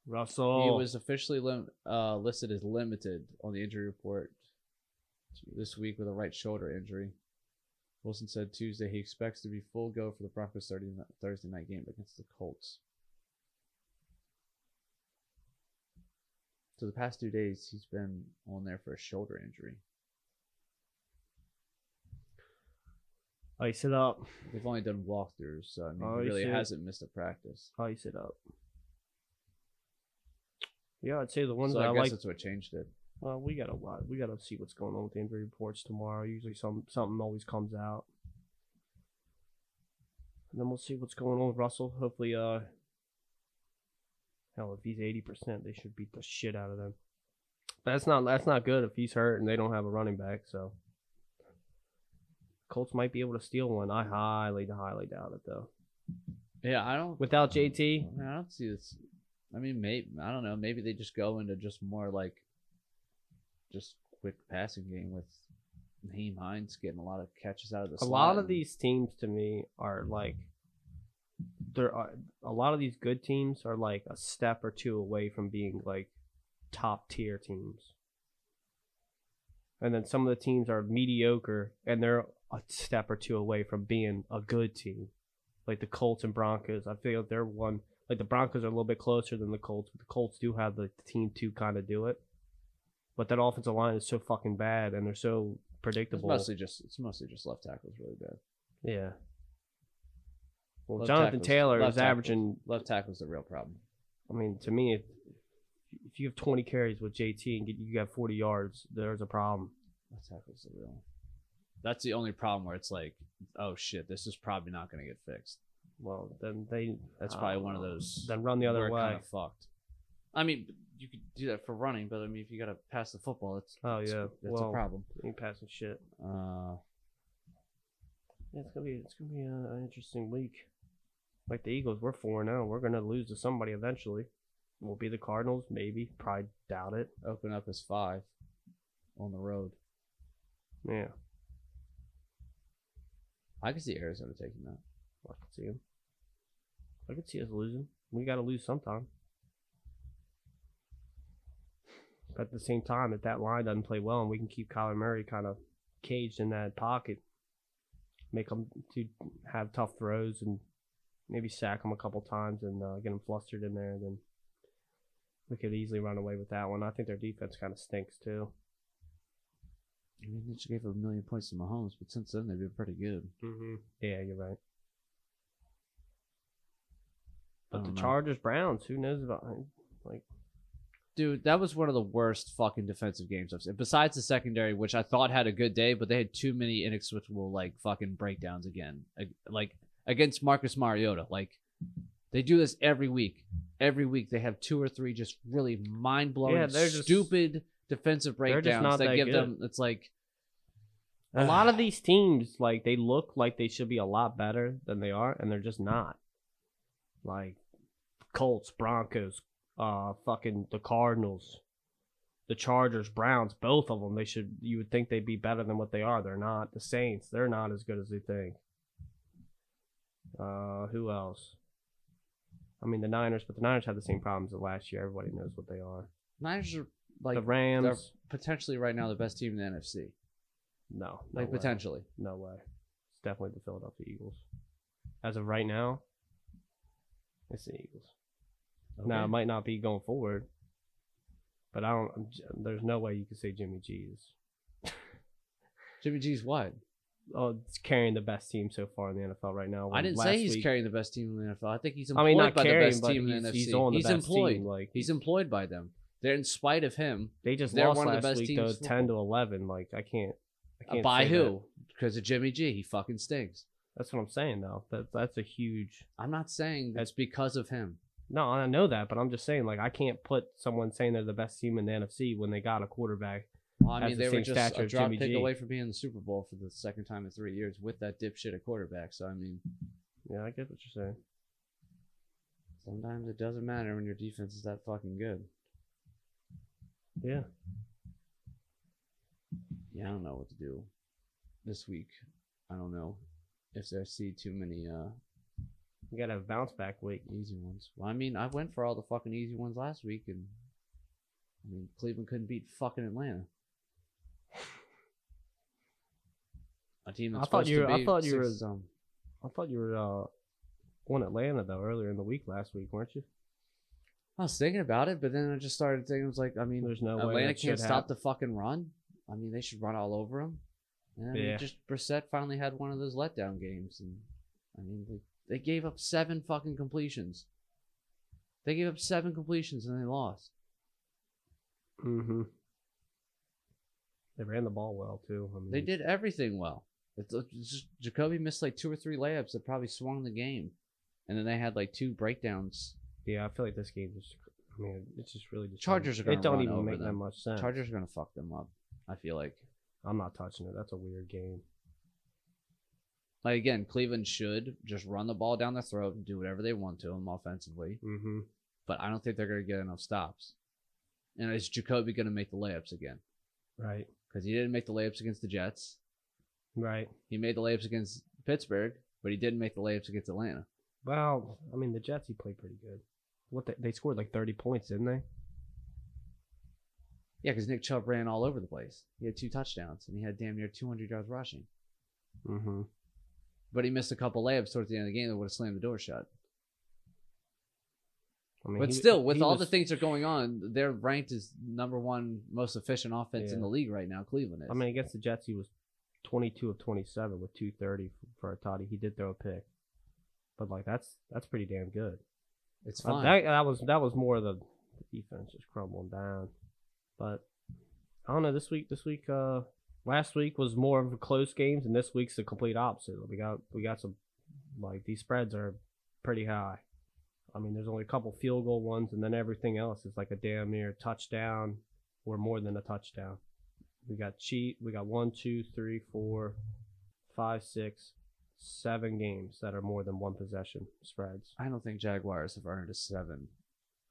B: Russell.
A: He was officially lim- uh, listed as limited on the injury report this week with a right shoulder injury. Wilson said Tuesday he expects to be full go for the Broncos 30, ni- Thursday night game against the Colts. So the past two days he's been on there for a shoulder injury.
B: ice it up.
A: They've only done walkthroughs, so I mean,
B: Oh,
A: he
B: he
A: really
B: should-
A: hasn't missed a practice.
B: Ice it up. Yeah, I'd say the ones
A: so
B: that
A: I,
B: I,
A: guess
B: like
A: that's what changed it.
B: Well, we gotta wa We gotta see what's going on with the injury reports tomorrow. Usually, some something always comes out. And then we'll see what's going on with Russell. Hopefully, uh, hell, if he's eighty percent, they should beat the shit out of them. But that's not that's not good if he's hurt and they don't have a running back. So, Colts might be able to steal one. I highly, highly doubt it though.
A: Yeah, I don't.
B: Without JT,
A: I, mean, I don't see this. I mean, maybe I don't know. Maybe they just go into just more like just quick passing game with Naheem Hines getting a lot of catches out of the.
B: a
A: slot
B: lot of
A: and-
B: these teams to me are like there are a lot of these good teams are like a step or two away from being like top tier teams and then some of the teams are mediocre and they're a step or two away from being a good team like the colts and broncos i feel they're one like the broncos are a little bit closer than the colts but the colts do have the team to kind of do it but that offensive line is so fucking bad and they're so
A: It's
B: predictable
A: mostly just it's mostly just left tackles really bad.
B: Yeah. Well,
A: Left
B: Jonathan
A: tackles-
B: Taylor
A: left
B: is
A: tackles.
B: averaging.
A: Left tackle's the real problem.
B: I mean, to me, if, if you have 20 carries with JT and get, you got 40 yards, there's a problem.
A: Left tackle's the real. That's the only problem where it's like, oh shit, this is probably not going to get fixed.
B: Well, then they.
A: That's
B: I
A: probably
B: don't
A: one of
B: know.
A: those
B: Then run the other
A: we're
B: way.
A: Kind of fucked. I mean, you could do that for running, but I mean, if you got to pass the football, it's
B: Oh,
A: it's-
B: yeah.
A: that's
B: Well,
A: a problem.
B: You passing shit.
A: Uh,
B: Yeah, it's gonna be it's gonna be uh, an interesting week. Like the Eagles, we're four now. We're gonna lose to somebody eventually. Will it be the Cardinals, maybe. Probably doubt it.
A: open up as five on the road.
B: Yeah,
A: I could see Arizona taking that.
B: I could see 'em. I could see us losing. We gotta lose sometime. But at the same time, if that line doesn't play well and we can keep Kyler Murray kind of caged in that pocket, make him to have tough throws and maybe sack him a couple times and uh, get him flustered in there, then we could easily run away with that one. I think their defense kind of stinks too.
A: I mean, they just gave a million points to Mahomes, but since then they've been pretty good.
B: Mm-hmm. Yeah, you're right.
A: I
B: But the
A: don't know.
B: Chargers, Browns, who knows about? Like,
A: Dude, that was one of the worst fucking defensive games I've seen. Besides the secondary, which I thought had a good day, but they had too many inexplicable like fucking breakdowns again, Ag- like against Marcus Mariota. Like they do this every week. Every week they have two or three just really mind blowing,
B: Yeah, they're just-
A: stupid defensive
B: They're just
A: breakdowns
B: not
A: that,
B: that
A: give
B: good.
A: them. It's like
B: a
A: [sighs]
B: lot of these teams, like they look like they should be a lot better than they are, and they're just not. Like Colts, Broncos, uh, fucking the Cardinals, the Chargers, Browns, both of them. They should. You would think they'd be better than what they are. They're not. The Saints, they're not as good as they think. Uh, who else? I mean the Niners, but the Niners had the same problems as last year. Everybody knows what they are.
A: Niners are like
B: the Rams,
A: they're potentially right now the best team in the NFC.
B: no, no
A: Like
B: way.
A: potentially.
B: No way. It's definitely the Philadelphia Eagles. As of right now, it's the Eagles. Now it
A: Okay.
B: might not be going forward, but I don't. I'm, j- there's no way you can say Jimmy G is
A: Jimmy G's what?
B: oh it's carrying the best team so far in the NFL right now.
A: I
B: when
A: didn't
B: last
A: say he's
B: week-
A: carrying the best team in the NFL. I think he's
B: I
A: employed
B: mean, not
A: by
B: carrying,
A: the best
B: but
A: team in
B: he's-
A: the NFC.
B: he's on the best team,
A: employed.
B: like-
A: he's employed by them. They're in spite of him
B: They just
A: they're
B: lost
A: one of the
B: last
A: best
B: week
A: teams
B: though,
A: in football.
B: ten to eleven. Like I can't. I can't
A: by
B: say
A: who?
B: that.
A: Because of Jimmy G. He fucking stinks.
B: That's what I'm saying though. That that's a huge.
A: I'm not saying that's because of him.
B: No, I know that, but I'm just saying like I can't put someone saying they're the best team in the NFC when they got a quarterback.
A: Well, I
B: Has
A: mean,
B: the
A: they were
B: same
A: just
B: stature
A: a
B: of
A: drop
B: Jimmy
A: pick
B: G.
A: away from being in the Super Bowl for the second time in three years with that dipshit at quarterback. So I mean,
B: Yeah, I get what you're saying.
A: sometimes it doesn't matter when your defense is that fucking good.
B: Yeah.
A: Yeah, I don't know what to do this week. I don't know if I see too many uh,
B: You gotta have a bounce back week.
A: easy ones. Well, I mean, I went for all the fucking easy ones last week, and I mean, Cleveland couldn't beat fucking Atlanta. A team that's
B: I thought
A: supposed
B: you
A: to
B: were- I
A: be
B: thought you
A: six um,
B: were-
A: some.
B: I thought you were uh, on Atlanta though earlier in the week last week, weren't you?
A: I was thinking about it, but then I just started thinking, I was like, I mean,
B: There's no way
A: Atlanta
B: that should
A: can't stop
B: happen.
A: the fucking run. I mean, they should run all over them. And I mean,
B: Yeah.
A: just Brissett finally had one of those letdown games, and I mean, they, they gave up seven fucking completions. They gave up seven completions and they lost.
B: Mm-hmm. They ran the ball well too. I mean,
A: They did everything well. It's, it's just, Jacoby missed like two or three layups that probably swung the game, and then they had like two breakdowns.
B: Yeah, I feel like this game just. I mean, it's just really just
A: Chargers are gonna
B: It don't
A: run
B: even
A: over
B: make that
A: them.
B: much sense.
A: Chargers are gonna fuck them up. I feel like
B: I'm not touching it. That's a weird game.
A: like again, Cleveland should just run the ball down their throat and do whatever they want to them offensively,
B: Mm-hmm.
A: but I don't think they're gonna get enough stops. And is Jacoby gonna make the layups again?
B: Right.
A: Because he didn't make the layups against the Jets.
B: Right.
A: He made the layups against Pittsburgh, but he didn't make the layups against Atlanta.
B: Well, I mean, the Jets he played pretty good. What they, they scored like 30 points, didn't they?
A: Yeah, because Nick Chubb ran all over the place. He had two touchdowns and he had damn near 200 yards rushing.
B: Mm-hmm.
A: But he missed a couple layups towards the end of the game that would have slammed the door shut.
B: I mean,
A: but
B: he-
A: still, with
B: he
A: all
B: was-
A: the things that are going on, they're ranked as number one most efficient offense in
B: Yeah.
A: the league right now. Cleveland is.
B: I mean, against the Jets, he was 22 of 27 with 230 for Toddy. He did throw a pick, but like that's that's pretty damn good.
A: It's
B: Uh,
A: fine.
B: that, that was that was more the, the defense just crumbling down. But I don't know. This week, this week, uh, last week was more of a close games, and this week's the complete opposite. We got we got some like these spreads are pretty high. I mean, there's only a couple field goal ones, and then everything else is like a damn near touchdown or more than a touchdown. We got cheat. We got one, two, three, four, five, six, seven games that are more than one possession spreads.
A: I don't think Jaguars have earned a seven.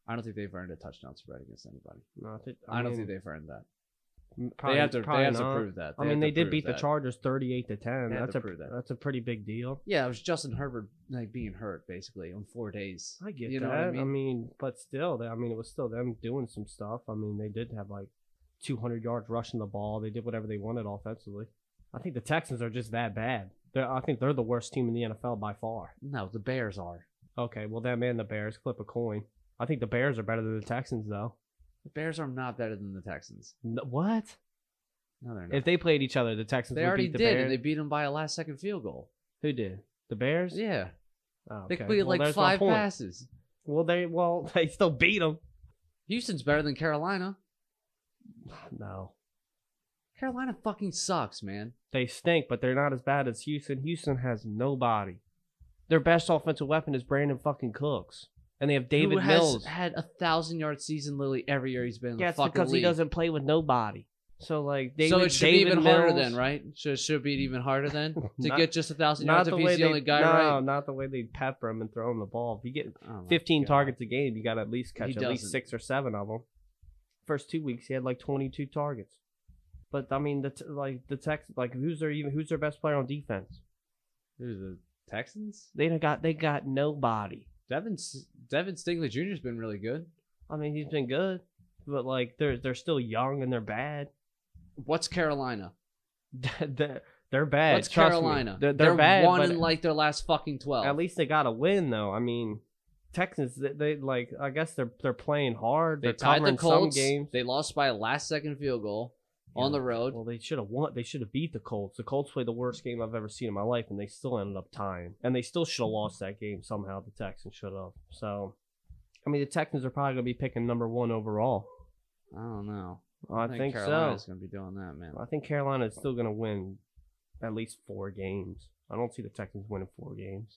A: I don't think they've earned a touchdown spread against anybody.
B: No, I, think,
A: I, don't
B: mean-
A: think they've earned that.
B: M-
A: they have to. They
B: probably
A: have
B: not.
A: to prove that.
B: I mean,
A: have
B: they
A: to
B: did
A: prove
B: beat the
A: that.
B: Chargers thirty-eight to ten.
A: They had
B: That's
A: to
B: a
A: prove that.
B: that's a pretty big deal.
A: Yeah, it was Justin Herbert like being hurt basically in four days.
B: I get
A: You
B: that.
A: know what I
B: I mean?
A: mean?
B: but still, they, I mean, it was still them doing some stuff. I mean, they did have like two hundred yards rushing the ball. They did whatever they wanted offensively. I think the Texans are just that bad. They're, I think they're the worst team in the NFL by far.
A: No, the Bears are.
B: Okay, well, them and the Bears flip a coin. I think the Bears are better than the Texans though.
A: The Bears are not better than the Texans.
B: N- what?
A: No, they're not.
B: If they played each other, the Texans
A: they
B: would
A: already
B: beat the
A: did,
B: Bears.
A: and they beat them by a last-second field goal.
B: Who did? The Bears?
A: Yeah,
B: Oh,
A: they
B: okay.
A: completed
B: Well,
A: like
B: there's my
A: five
B: point.
A: passes.
B: Well, they well [laughs] they still beat them.
A: Houston's better than Carolina.
B: No,
A: Carolina fucking sucks, man.
B: they stink, but they're not as bad as Houston. Houston has nobody. Their best offensive weapon is Brandon fucking Cooks, and they have David
A: Who has
B: Mills.
A: had a thousand-yard season literally every year he's been in
B: Yeah,
A: the
B: it's
A: fucking
B: because he
A: league.
B: doesn't play with nobody. So like David,
A: so it should
B: David
A: be even
B: Mills,
A: harder then, right? Should should be even harder
B: [laughs]
A: then to
B: Not-
A: get just a thousand
B: Not
A: yards
B: the
A: if
B: way
A: he's
B: they,
A: the only guy,
B: no,
A: right?
B: not the way they pepper him and throw him the ball. If you get
A: Oh my
B: 15
A: God.
B: targets a game, you got to at least catch
A: He
B: at
A: doesn't.
B: least six or seven of them. First two weeks, he had like 22 targets. But I mean, the t- like the Tex, like who's their even who's their best player on defense?
A: Who's the Texans?
B: They done got they got nobody.
A: Devin S- Devin Stingley Jr.'s been really good.
B: I mean, he's been good, but like they're they're still young and they're bad. [laughs]
A: What's Carolina?
B: they're, they're bad.
A: What's
B: Eh, trust me.
A: Carolina?
B: They're, they're, bad.
A: One
B: but
A: in like their last fucking twelve.
B: at least they got a win though. I mean, Texans they, they like I guess they're they're playing hard.
A: they
B: They're
A: tied the
B: covering
A: Colts.
B: some games.
A: They lost by a last second field goal on
B: Yeah.
A: the road.
B: Well, they should have won. They should have beat the Colts. The Colts played the worst game I've ever seen in my life, and they still ended up tying. And they still should have lost that game somehow. The Texans should have. So, I mean, the Texans are probably going to be picking number one overall.
A: I don't know.
B: I, think, so.
A: Carolina's gonna be doing that, man.
B: I think Carolina is still going to win at least four games. I don't see the Texans winning four games.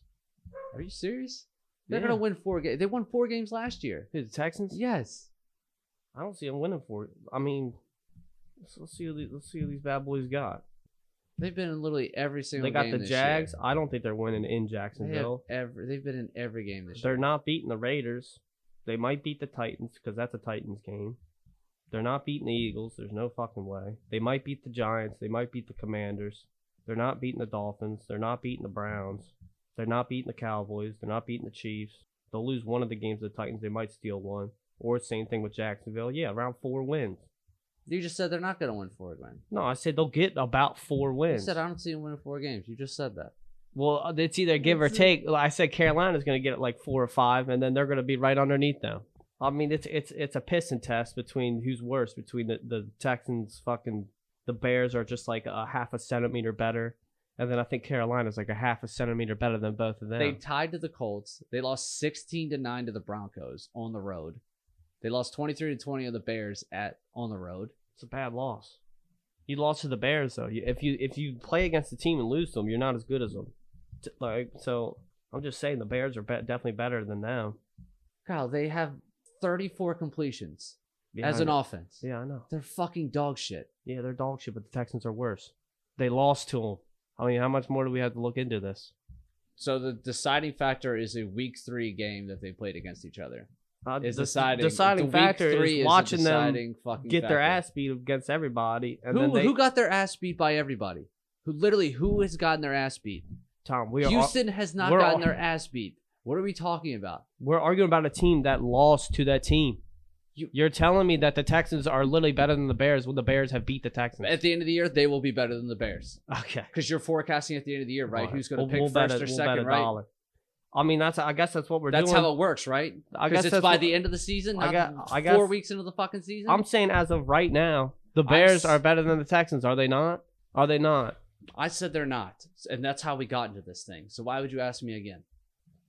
A: Are you serious? They're
B: Yeah.
A: gonna win four games. They won four games last year.
B: Who, the Texans?
A: Yes.
B: I don't see them winning four. I mean, let's, let's see. Who the, let's see who these bad boys got.
A: They've been in literally every single.
B: They got
A: game
B: the
A: this year.
B: Jags. I don't think they're winning in
A: They have
B: Jacksonville.
A: every, they've been in every game this
B: They're
A: year.
B: not beating the Raiders. They might beat the Titans because that's a Titans game. They're not beating the Eagles. There's no fucking way. They might beat the Giants. They might beat the Commanders. They're not beating the Dolphins. They're not beating the Browns. They're not beating the Cowboys. They're not beating the Chiefs. They'll lose one of the games to the Titans. They might steal one. Or same thing with Jacksonville. Yeah, around four wins.
A: You just said they're not gonna win four games.
B: No, I said they'll get about four
A: You
B: wins.
A: said I don't see them winning four games. You just said that.
B: Well, uh, it's either give or
A: It's-
B: take. Like I said Carolina's going to get it like four or five, and then they're going to be right underneath them. I mean, it's it's it's a pissing test between who's worse between the the Texans, fucking the Bears are just like a half a centimeter better, and then I think Carolina's like a half a centimeter better than both of them.
A: They tied to the Colts. They lost 16 to 9 to the Broncos on the road. They lost 23 to 20 of the Bears at on the road.
B: it's a bad loss. You lost to the Bears though. You- If you if you play against the team and lose to them, you're not as good as them. T- Like so, I'm just saying the Bears are be- definitely better than them.
A: Kyle, they have 34 completions
B: Yeah,
A: as
B: I
A: an
B: know.
A: offense.
B: Yeah, I know.
A: They're fucking dog shit.
B: Yeah, they're dog shit, but the Texans are worse. They lost to them. I mean, how much more do we have to look into this?
A: So the deciding factor is a week three game that they played against each other.
B: Uh,
A: Is
B: the
A: deciding
B: deciding
A: the week
B: factor
A: three
B: is
A: the
B: watching them
A: deciding fucking
B: get their
A: factor.
B: ass beat against everybody. And
A: Who
B: then they,
A: who got their ass beat by everybody? Who literally who has gotten their ass beat?
B: Tom, we are
A: Houston has not
B: we're
A: gotten
B: all-
A: their ass beat. What are we talking about?
B: we're arguing about a team that lost to that team.
A: You-
B: You, are telling me that the Texans are literally better than the Bears when the Bears have beat the Texans.
A: At the end of the year, they will be better than the Bears.
B: [laughs] okay,
A: because you're forecasting at the end of the year, right?
B: All
A: Who's going to
B: We'll-
A: pick
B: we'll bet
A: 1st
B: a-
A: or
B: we'll bet
A: second,
B: a
A: right?
B: dollar. I mean, that's I guess that's what we're
A: That's
B: doing.
A: how it works, right?
B: I guess
A: Because it's
B: that's
A: by
B: what-
A: the end of the season, not
B: I got-
A: four
B: I guess-
A: weeks into the fucking season.
B: I'm saying as of right now, the
A: s-
B: Bears are better than the Texans. Are they not? Are they not?
A: I said they're not, and that's how we got into this thing. So why would you ask me again?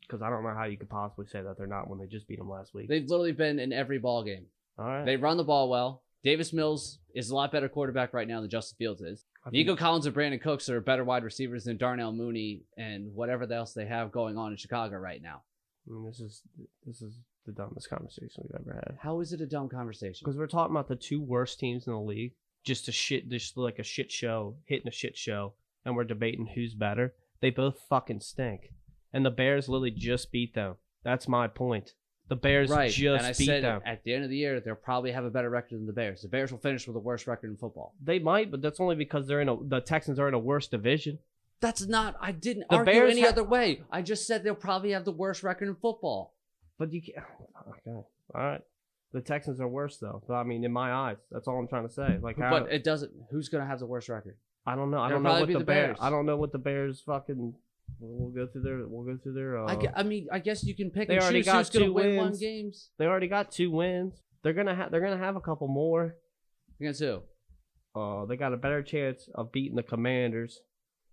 B: Because I don't know how you could possibly say that they're not when they just beat them last week.
A: They've literally been in every ball game.
B: All right.
A: They run the ball well. Davis Mills is a lot better quarterback right now than Justin Fields is.
B: I think-
A: Nico Collins and Brandon Cooks are better wide receivers than Darnell Mooney and whatever else they have going on in Chicago right now.
B: I mean, this is this is the dumbest conversation we've ever had.
A: How is it a dumb conversation?
B: Because we're talking about the two worst teams in the league, just a shit, just like a shit show, hitting a shit show, and we're debating who's better. They both fucking stink, and the Bears literally just beat them. That's my point. The Bears
A: Right.
B: just
A: and I
B: beat
A: said
B: them.
A: at the end of the year, they'll probably have a better record than the Bears. The Bears will finish with the worst record in football.
B: They might, but that's only because they're in a. The Texans are in a worse division.
A: That's not. I didn't
B: The
A: argue
B: Bears
A: any
B: ha-
A: other way. I just said they'll probably have the worst record in football.
B: But you can't. [sighs] Okay, all right. The Texans are worse though. But, I mean, in my eyes, that's all I'm trying to say. Like, I,
A: But it doesn't. Who's gonna have the worst record?
B: I don't know. I
A: It'll
B: don't know
A: probably
B: what
A: be
B: the,
A: the
B: Bears.
A: Bears.
B: I don't know what the Bears fucking. We'll go through their. We'll go through their. Uh,
A: I, gue- I mean, I guess you can pick
B: They
A: and
B: already
A: choose
B: got
A: who's gonna
B: two
A: win one
B: wins.
A: games.
B: They already got two wins. They're gonna have they're gonna have a couple more.
A: Against who?
B: Uh, they got a better chance of beating the Commanders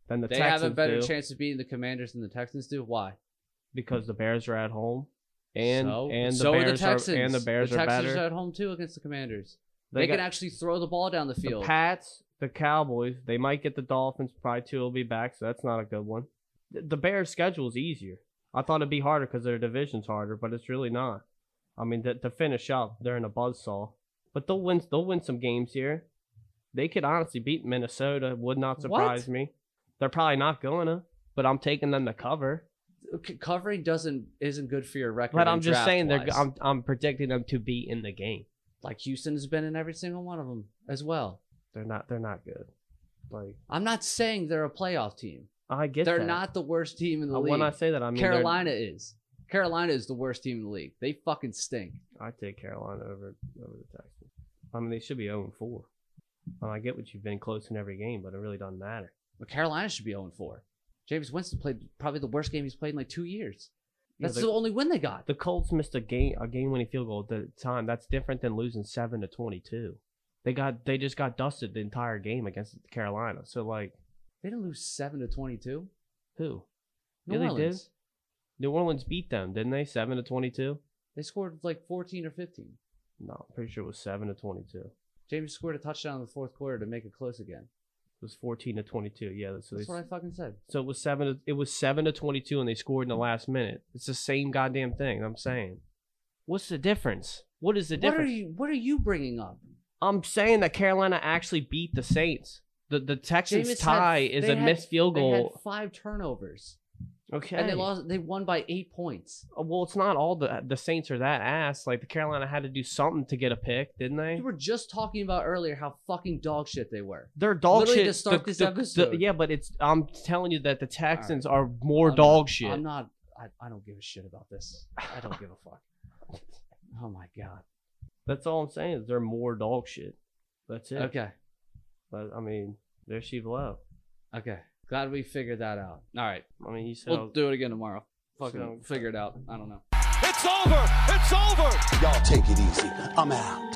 B: than the
A: they
B: Texans
A: have a better
B: do
A: chance of beating the Commanders than the Texans do. Why?
B: because the Bears are at home and
A: so,
B: and the
A: so
B: Bears
A: are the Texans.
B: and the Bears are
A: Texans
B: better.
A: at home too against the Commanders.
B: They
A: They,
B: got-
A: can actually throw the ball down the
B: the
A: field.
B: Pats, the Cowboys. They might get the Dolphins. Probably two will be back, so that's not a good one. The, the Bears' schedule is easier. I thought it'd be harder because their division's harder, but it's really not. I mean, to, to finish up, they're in a buzzsaw. But they'll win. They'll win some games here. They could honestly beat Minnesota. Would not surprise
A: What?
B: me. They're probably not gonna, but I'm taking them to cover.
A: C- Covering doesn't isn't good for your record.
B: But I'm
A: in
B: just
A: draft
B: saying they're.
A: wise.
B: I'm, I'm predicting them to be in the game.
A: like Houston has been in every single one of them as well.
B: They're not. They're not good. Like
A: I'm not saying they're a playoff team.
B: I get.
A: they're
B: that.
A: not the worst team in the
B: Uh,
A: league.
B: When I say that, I mean they're-
A: Carolina is. Carolina is the worst team in the league. They fucking stink.
B: I take Carolina over over the Texans. I mean, they should be 0 4. And Um, I get what you've been close in every game, but it really doesn't matter.
A: But Carolina should be 0 4. James Winston played probably the worst game he's played in like two years.
B: You know,
A: That's
B: the,
A: the only win they got.
B: the Colts missed a game a game winning field goal at the time. That's different than losing seven to twenty two. They got they just got dusted the entire game against Carolina. So like
A: They didn't lose 7 to 22.
B: who?
A: New
B: Yeah, they did.
A: Orleans.
B: New Orleans beat them, didn't they? Seven to twenty two.
A: They scored like 14 or 15.
B: No, I'm pretty sure it was seven to twenty two.
A: James scored a touchdown in the fourth quarter to make it close again.
B: It was fourteen to twenty two. Yeah, so
A: That's
B: they
A: what I fucking said.
B: So it was seven. To, it was seven to twenty-two, and they scored in the last minute. It's the same goddamn thing. I'm saying, what's the difference? What is the
A: What are
B: difference?
A: you What are you bringing up?
B: I'm saying that Carolina actually beat the Saints. The the Texans
A: Jameis had-
B: tie is
A: they
B: a
A: had-
B: missed field
A: They had
B: goal.
A: five turnovers,
B: okay,
A: and they lost. They won by eight points.
B: Uh, Well, it's not all the the Saints are that ass. Like the Carolina had to do something to get a pick, didn't they?
A: You were just talking about earlier how fucking dog shit they were.
B: They're dog
A: Literally
B: shit.
A: to start
B: The-
A: this
B: the- the-
A: episode.
B: yeah, but it's. I'm telling you that the Texans are more
A: I'm
B: dog
A: not-
B: shit.
A: I'm not. I, I don't give a shit about this. I don't give [laughs] a fuck. Oh my god.
B: That's all I'm saying. Is they're more dog shit. That's it.
A: Okay.
B: But I mean, there's Steve Lowe.
A: Okay. Glad we figured that out. All right.
B: I mean, he said I
A: We'll
B: was-
A: do it again tomorrow. Fucking
B: So-
A: figure it out. I don't know.
C: It's over. It's over.
D: Y'all take it easy. I'm out.